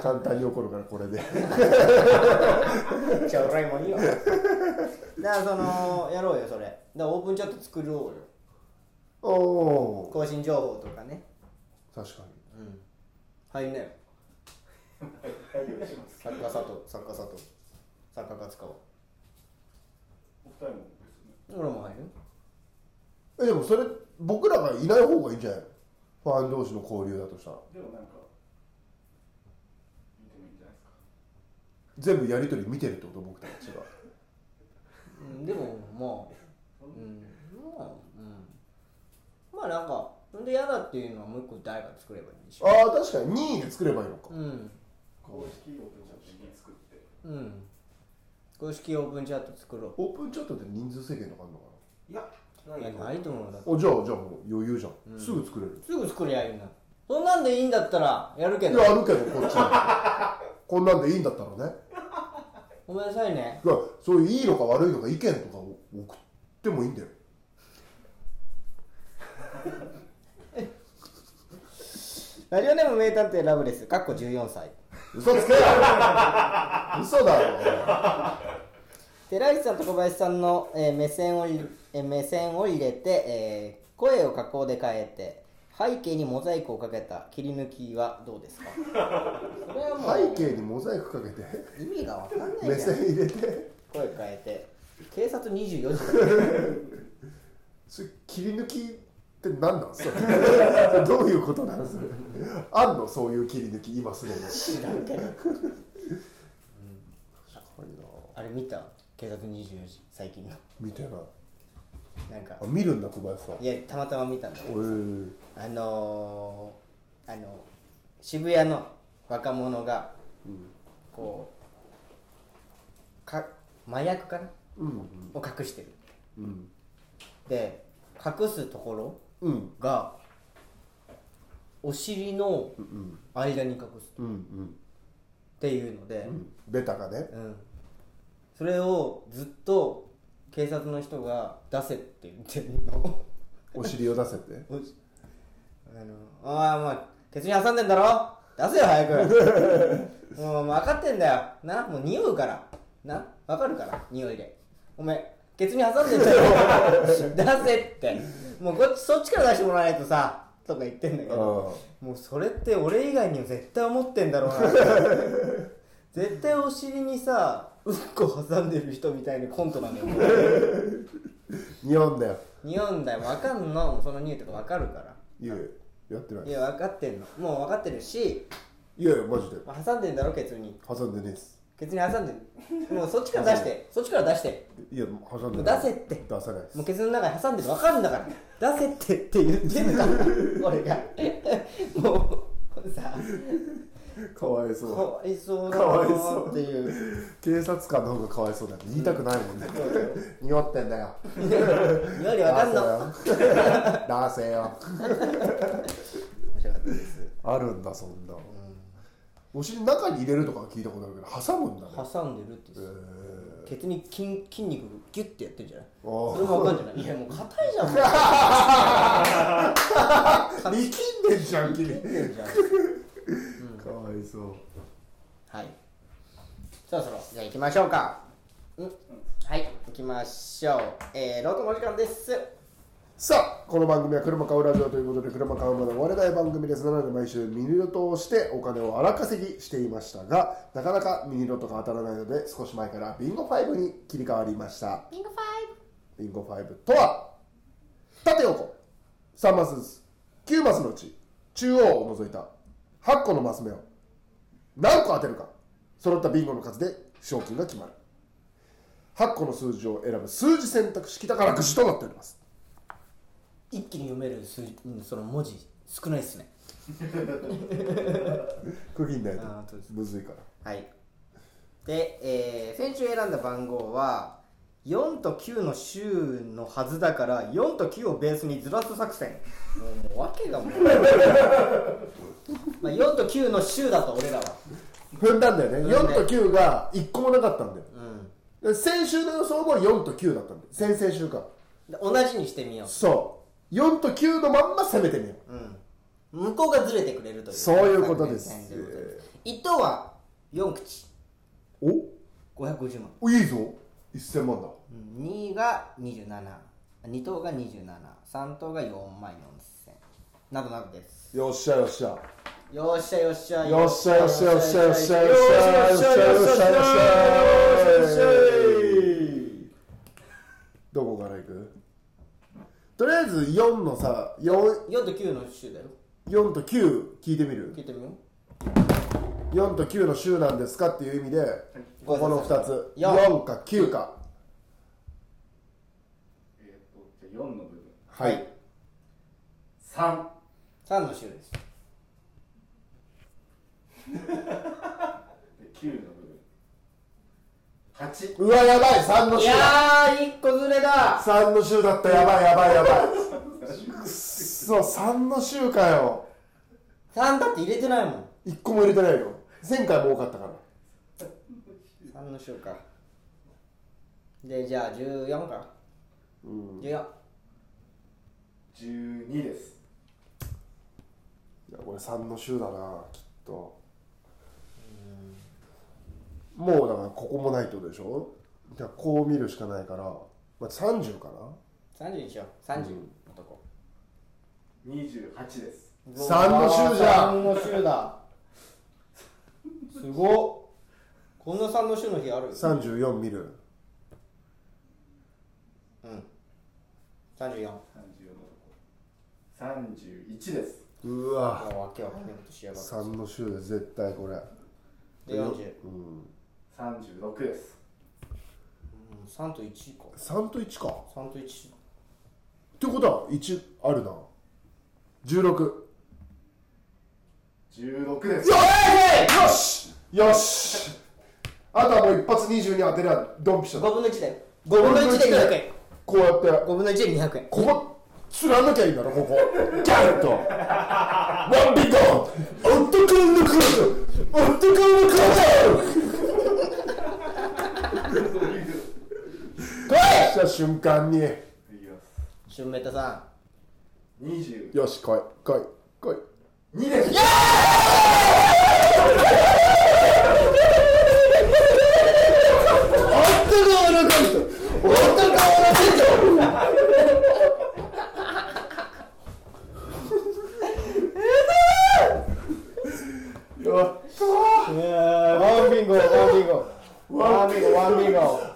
B: 簡単に怒るからこれで
A: じゃあ俺もいいよだからそのやろうよそれだからオープンチャット作ろうよ
B: おお
A: 更新情報とかね
B: 確か
A: う
B: に
A: ん入んなよ
C: 対応します。
A: 作家佐藤作家佐藤作家勝川
C: お二人もですね。
A: 俺も入る
B: えでもそれ僕らがいない方がいいんじゃないのファン同士の交流だとしたら
C: でもなんか見てもいいんじゃないですか。
B: 全部やり取り見てるってこと僕たちが
A: うんでもまあうんまあうんまあなんかほんで嫌だっていうのはもう一個誰か作ればいいでしょ
B: ああ確かに任意で作ればいいのか
A: うん
C: 公式をちゃんと
D: に作って
A: うん公式オープンチャット作ろ
B: オープンチャットで人数制限とかあるのか
D: いや
A: ういやないと思うだって
B: なあじゃあじゃあもう余裕じゃん、すぐ作れる
A: すぐ作りゃいいんだそんなんでいいんだったらやるけ
B: い
A: ど
B: やあるけどこっちはこんなんでいいんだったらね
A: ごめんなさいね
B: いやそういういいのか悪いのか意見とかを送ってもいいんだよ
A: ラジオネーム名探偵ラブレスかっこ14歳
B: 嘘つけよ嘘だろ
A: 寺内さんと小林さんの、えー目線をい、えー目線を入れて、えー声を加工で変えて背景にモザイクをかけた切り抜きはどうですかそれはもう
B: 背景にモザイクかけて
A: 意味がわかんないじゃん
B: 目線入れて
A: 声変えて警察24時
B: それ切り抜きって何なんそれそれどういうことなんそれあんのそういう切り抜き今すでに知らんけど
A: [LAUGHS] あれ見た警察24時最近の
B: 見てない
A: なんか
B: あ見るんだ小林さん
A: いやたまたま見たんだけど
B: おえ
A: あのー、あの渋谷の若者がこうか麻薬かな
B: うん
A: を隠してる
B: うん
A: で隠すところ
B: うん
A: がお尻の
B: うん
A: 間に隠す
B: うんうん
A: っていうので
B: う、んベタがね
A: うん、それをずっと警察の人が出せって言ってるの
B: お尻を出せ
A: [LAUGHS]
B: て
A: おしあのああもうケツに挟んでんだろ出せよ早く [LAUGHS] もう分かってんだよなもう匂うからな分かるから匂いでお前ケツに挟んでんだよ [LAUGHS] 出せってもうこっちそっちから出してもらわないとさとか言ってんだけ
B: あ
A: ど
B: あ
A: もうそれって俺以外にも絶対思ってんだろ [LAUGHS] うな絶対お尻にさうんこ挟んでる人みたいなコント [LAUGHS] なんだよもう
B: 日本だよ
A: 匂うんだよ分かんのその匂いとか分かるから
B: 言えやってない
A: いや分かってんのもう分かってるし
B: いやいやマジで
A: まあ挟んでんだろケツに
B: 挟んでねえっす
A: ケツに挟んでんもうそっちから出
B: [LAUGHS]
A: してそっちから出して
B: いや挟んでな
A: 出
B: い
A: せって
B: 出さないです
A: もうケツの中に挟んでる分かるんだから出せってって言ってるから俺がもうさ
B: かわい
A: か
B: そう
A: わいそうだ
B: か
A: な
B: わい
A: ー
B: そ
A: っ
B: う
A: ていう
B: 警察官の方がかわいそうだって言いたくないもんね、匂ってんだよ
A: 匂いで分かんの
B: 出
A: [LAUGHS]
B: せよ出せよ
A: 面白かったです
B: あるんだそんな、お尻の中に入れるとかは聞いたことあるけど挟むんだね
A: 挟んでるって
B: へ
A: 言って
B: ー
A: ケツに筋筋肉ギュッてやってるじゃない
B: おー
A: それもわかんじゃないいやもう硬いじゃんもう
B: [LAUGHS] 力んでんじゃん君
A: 硬
B: [LAUGHS]
A: いじゃん
B: かわいそう
A: はいそろそろじゃあ行きましょうかうんはい行きましょうえー、ロートのお時間です
B: さあこの番組は車買うラジオということで車買うまで終われない番組ですなので毎週ミニロトをしてお金を荒稼ぎしていましたがなかなかミニロトが当たらないので少し前からビンゴ5に切り替わりました
A: ビンゴ5
B: ビンゴ5とは縦横3マスずつ9マスのうち中央を除いた8個のマス目を何個当てるか揃ったビンゴの数で賞金が決まる8個の数字を選ぶ数字選択式宝くじとなっております
A: 一気に読める数うんその文字少ないっすね
B: 区切んないと
A: あーそうです
B: むずいから
A: はいで、えー、先週選んだ番号は4と9の週のはずだから4と9をベースにずらす作戦もうもう訳 [LAUGHS] がもうまあ4と9の週だと俺らは
B: 踏んだんだよね
A: んだよ
B: 4と9が1個もなかったんだよ
A: うん
B: で先週の予想も4と9だったんだよ先々週か
A: で同じにしてみよ
B: そう4と9のまんま攻めてみよ
A: う、うん、向こうがずれてくれるという
B: そういうことです
A: 作戦ということです一等は4口
B: う
A: 550万
B: おおいいぞ1000万だ
A: うん2が272等が273等が4万4000などなどです
B: よっしゃよっしゃ
A: よっしゃよっしゃ
B: よっしゃよっしゃよっしゃよっしゃよっしゃよっしゃよっしゃよっしゃよっしゃどこから行くとりあえず4のさ 4,
A: 4と9の週だよ
B: 4と9聞いてみる
A: 聞いてみよう
B: 4と9の週なんですかっていう意味でここの2つ
A: 四
B: 4か9か
C: えっと、じゃあ4の部分。
B: はい
C: 3。
A: 3の週です
C: で、9の部分。8。
B: うわやばい3の
A: い
B: 週
A: や
B: だ
A: ー1個ずれだ
B: 3の週だったやばいやばいやばいくっそ3の週かよ
A: 3だって入れてないもん
B: 1個も入れてないよ前回も多かったから
A: 3の週かでじゃあ14か
B: うん
A: 14
C: 12です。
B: いやこれ3の週だなきっともうだからここもないってことでしょじゃあこう見るしかないから、まあ、30かな
A: 30にしよう30
B: う
A: の
B: ん
A: とこ
C: 28です。
B: 三の週じゃん
A: 3の週だすごっこんな3の週の日ある
B: 34見る
A: うん34
C: 34のとこ。31です。
B: うわ
A: もうわけわかんないことしやがって
B: 3の週で絶対これ
A: で40
B: うん
C: 36です。
A: うん3と1か
B: 3と1かっ
A: 3と1
B: てことは1あるな16
C: 16です。
B: よしよしあとはもう一発22当てりゃドンピシャだ
A: 5分の1だよ5
B: 分
A: 分
B: の
A: の
B: 1
A: 1
B: で
A: で
B: 200
A: 200
B: 円
A: 円
B: こうやって
A: 5分の1で200円
B: ここ貫きゃいいんだろここギャンとワンビコン男のクー男のクー
A: 来
B: した瞬間に
C: いきます。
A: いシュンメタさ
C: 22
B: よし来い来い来い
C: です。 [LAUGHS]
B: 男のクー男のクーやったー
A: んいやワンビンゴワンビンゴワンビンゴワンビンゴ
B: あ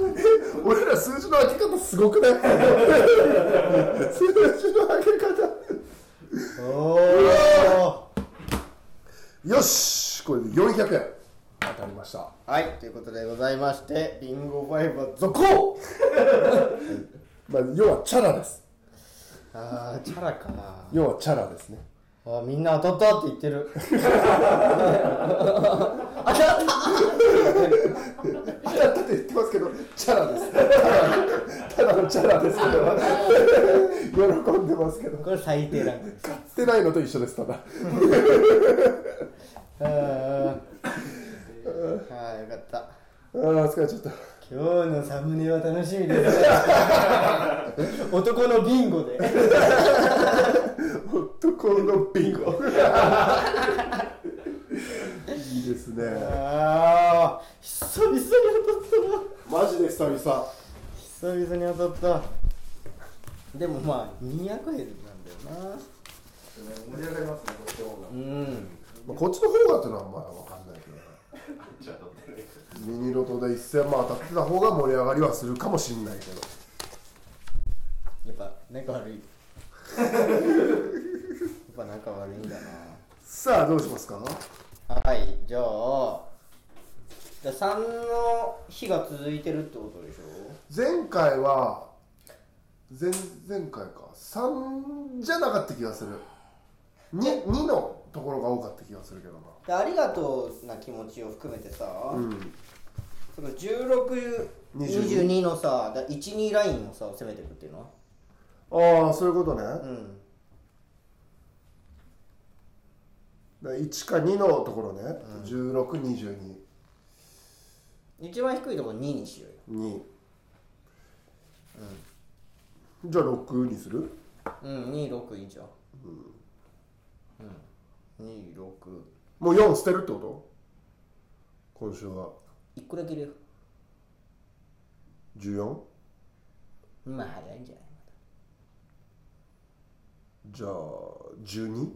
B: ぶねえ俺ら数字の開け方すごくない数字の開け
A: お
B: 方よしこれで400円当たりました
A: ーはいということでございましてビンゴ5は続行
B: まあ要はチャラです
A: あーチャラかな
B: 要はチャラですね
A: あーみんな当たったって言って [LAUGHS] る当たった
B: 当たったって言ってますけどチャラですただただのチャラですけど喜んでますけど
A: これ最低ラン [LAUGHS] ク
B: 買ってないのと一緒ですただ
A: あーあーよかった
B: あーますからちょっと
A: 今日のサムネは楽しみ [LAUGHS] ですね男のビンゴで
B: 男のビンゴいいですね
A: ああ久々に
B: マジで久々
A: 当たったな久々に当たったでもまあ200円なんだよな
C: 盛り上がりますね、こっちの方
D: [LAUGHS]
C: が。
A: うん
B: まあこっちの方がってのはまだ分かんないけどね
D: じゃあ、取ってないか
B: ミニロトで1000万当たってた方が盛り上がりはするかもしんないけど
A: やっぱ仲悪いやっぱ仲悪いんだ
B: さあどうしますか
A: なはいじゃあじゃあ3の日が続いてるってことでしょ
B: 前回は前前回か3じゃなかった気がする 2, 2のところが多かった気がするけどな
A: でありがとうな気持ちを含めてさ、
B: うん
A: その16、
B: 22
A: 22のさ、だ1、2ラインをさ、攻めていくっていうのは
B: ああそういうことね、
A: うん。
B: だから1か2のところね、1622
A: 一番低いところ2にしようよ。
B: に、じゃあ6にする
A: うん、2、6いいじゃん。うん。うん。2、6。
B: もう4捨てるってこと今週は
A: 1個だけ入れよ
B: 14?
A: う。まあ、早いんじゃない
B: じゃあ 12?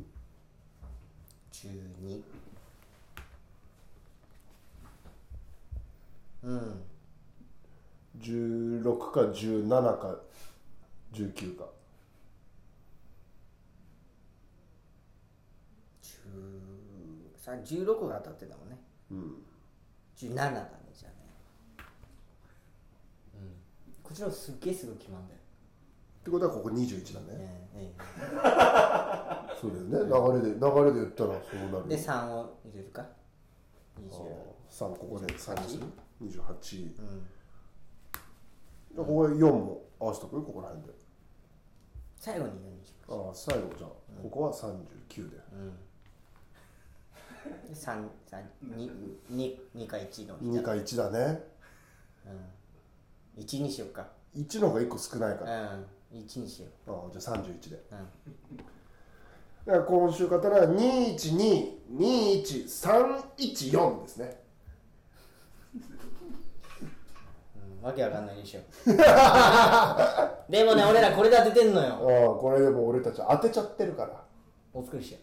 A: 12。うん。
B: 16か17か19か
A: 10さ16が当たってたもんね。うん。17だね、じゃあね。うん。こっちらすっげえすぐ決まんだよ。
B: ってことはここ21だね
A: ええええ
B: そうだよね流れで流れで言ったらそうなる
A: で3を入れるか
B: あ
A: 20
B: ー3ここで3にする28、で
A: ん
B: ここで4も合わせとくここら辺で
A: 最後に4にし
B: ああ最後じゃあ、ここは39で、
A: よう32か1の
B: 2か1だね
A: 1にしようか
B: 1の方が1個少ないか
A: う
B: ら、あ
A: ん1にしよ
B: あじゃあ31で、
A: う、うん、
B: だから今週勝ったら21221314ですね
A: うんわけわかんないでしょ [LAUGHS] でもね俺らこれで当ててんの
B: ああ
A: よ
B: これでも俺たち当てちゃってるから
A: お作りしよ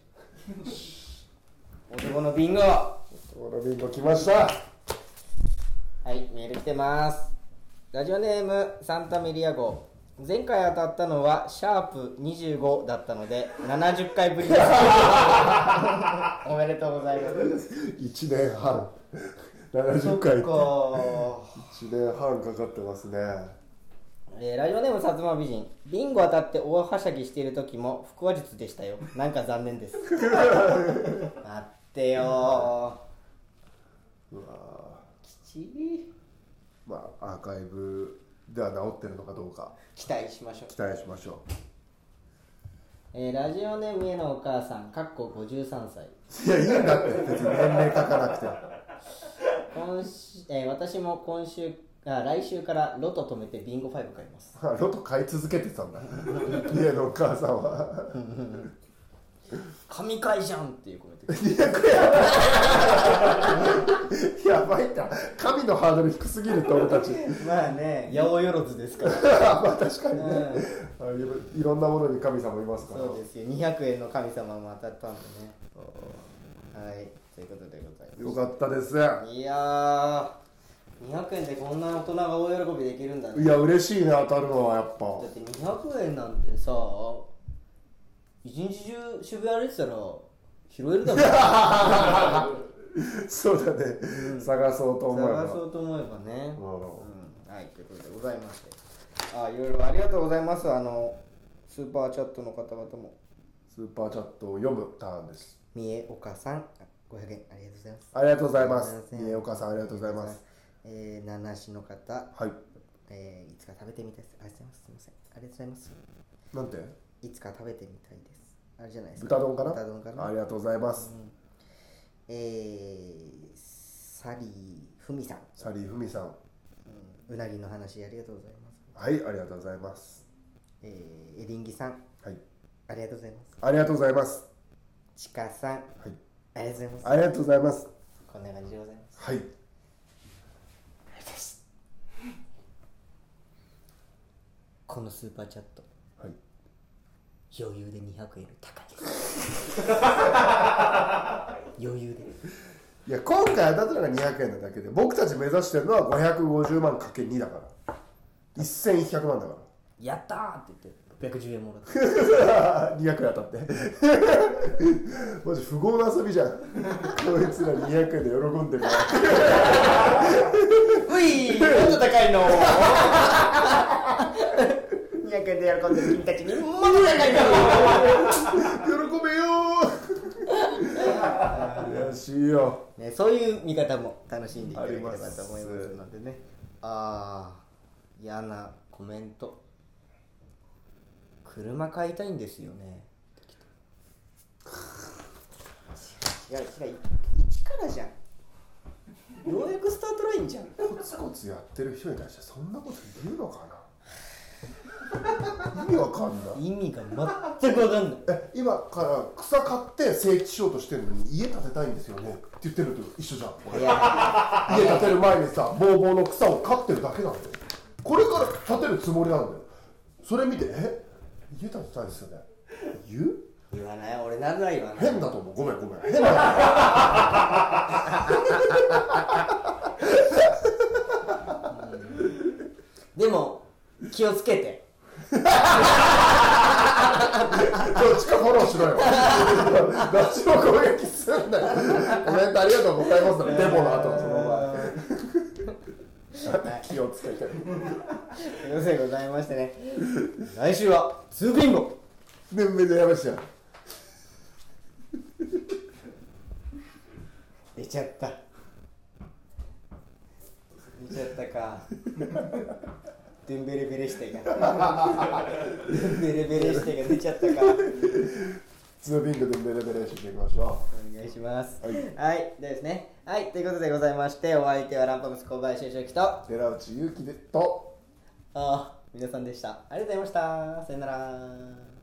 A: う [LAUGHS] 男のビンゴは
B: オラビンゴ来ました
A: いメール来てますラジオネームサンタメリア号前回当たったのはシャープ25だったので70回ぶりです [LAUGHS] おめでとうございます
B: 1年半70回1
A: こ
B: 年半かかってますね
A: うえーラジオネーム薩摩美人ビンゴ当たって大はしゃぎしている時も腹話術でしたよなんか残念です [LAUGHS] 待ってよ
B: うわ
A: きちい
B: ーまあアーカイブでは治ってるのかどうか
A: 期待しましょう、
B: 期待しましょ
A: えーラジオネームへのお母さんかっこ53歳
B: ういやいいんだって別に年齢書かなくて
A: 今週、えー私も今週あ来週からロト止めてビンゴ5買います
B: あロト買い続けてたんだ家のお母さんは
A: 神回じゃんっていうコメント [LAUGHS]
B: やばいな神のハードル低すぎるって俺たち
A: まあね八百万ですから、
B: まあ確かにね
A: うん、
B: あいろいろんなものに神様いますから
A: そうですよ200円の神様も当たったんでねはいということでございます
B: よかったです
A: いやー200円でこんな大人が大喜びできるんだね
B: いや嬉しいね当たるのはやっぱ
A: だって200円なんてさ一日中渋谷歩いてたら拾えるだろ
B: そうだね、探そうと思えば
A: 探そうと思えばね
B: うん
A: うんはいということでございましてあいろいろありがとうございますあのスーパーチャットの方々も
B: スーパーチャットを読むターンです
A: 三重岡さん500円ありがとうございます
B: ありがとうございます
A: すいません
B: 三重岡さんありがとうございます
A: えー、七市の方
B: はい
A: えーいつか食べてみたいです。ありがとうございます。すみません。ありがとうございます。
B: なんて
A: いつか食べてみたいです。あれじゃないですか。
B: 豚丼かな
A: 豚丼かな。
B: ありがとうございます、
A: えー、サリーふみさん。
B: サリーふみさん
A: うなぎの話ありがとうございます。
B: はいありがとうございます
A: えーエリンギさん、
B: はい
A: ありがとうございます。
B: ありがとうございます
A: チカさん、
B: はい
A: ありがとうございます。
B: ありがとうございます
A: こんな感じでございます。
B: はい
A: このスーパーチャット、
B: はい
A: 余裕で200円高いです。
B: [LAUGHS]
A: 余裕で。
B: いや今回当たったのが200円なだけで僕たち目指してるのは550万かけ2だから1100万だか
A: やったーって言って、610円もらって。
B: ら200円当たって [LAUGHS] マジ富豪の遊びじゃんこいつら200円で喜んで
A: [LAUGHS]
B: るな
A: ういもっと高いの !200 円で喜んでる君たちにもっと高い
B: 喜べよー悔しいよ
A: の、ね、そういう見方も楽しんでいただければ
B: あ
A: と
B: ります
A: 思いますのでね。あー、嫌なコメント。車買いたいんですよね。いや、ひら、一からじゃん。ようやくスタートラインじゃん。
B: コツコツやってる人に対してそんなこと言うのかな [LAUGHS] 意味わかんない
A: 意味が全くわかんない。
B: え今から草買って整地しようとしてるのに家建てたいんですよねって言ってるのと一緒じゃん俺
A: いや、
B: 家建てる前にさボーボーの草を刈ってるだけなんだよこれから建てるつもりなんだよそれ見てえ家建てたいですよね言う
A: 言わない、俺なら言わない。
B: 変だと思うごめんごめん変だ
A: でも気をつけて
B: どっちかフォローしろよ [LAUGHS] どっちも攻撃すんなよコメントありがとうございますだねデモの後のその
A: [LAUGHS]
B: 前気をつけて
A: ということでございましてね来週はツービンゴ
B: めんめでやめしや
A: 出ちゃった出ちゃったかデンベレベレしてがデンベレベレしてが出ちゃったか
B: ツービングでベレベレしていきましょ
A: お願いします
B: はい
A: はい、ですねはいということでございましてお相手はランパムス小林俊樹とあ
B: う寺内ゆうきでと
A: あ皆さんでしたありがとうございましたさよなら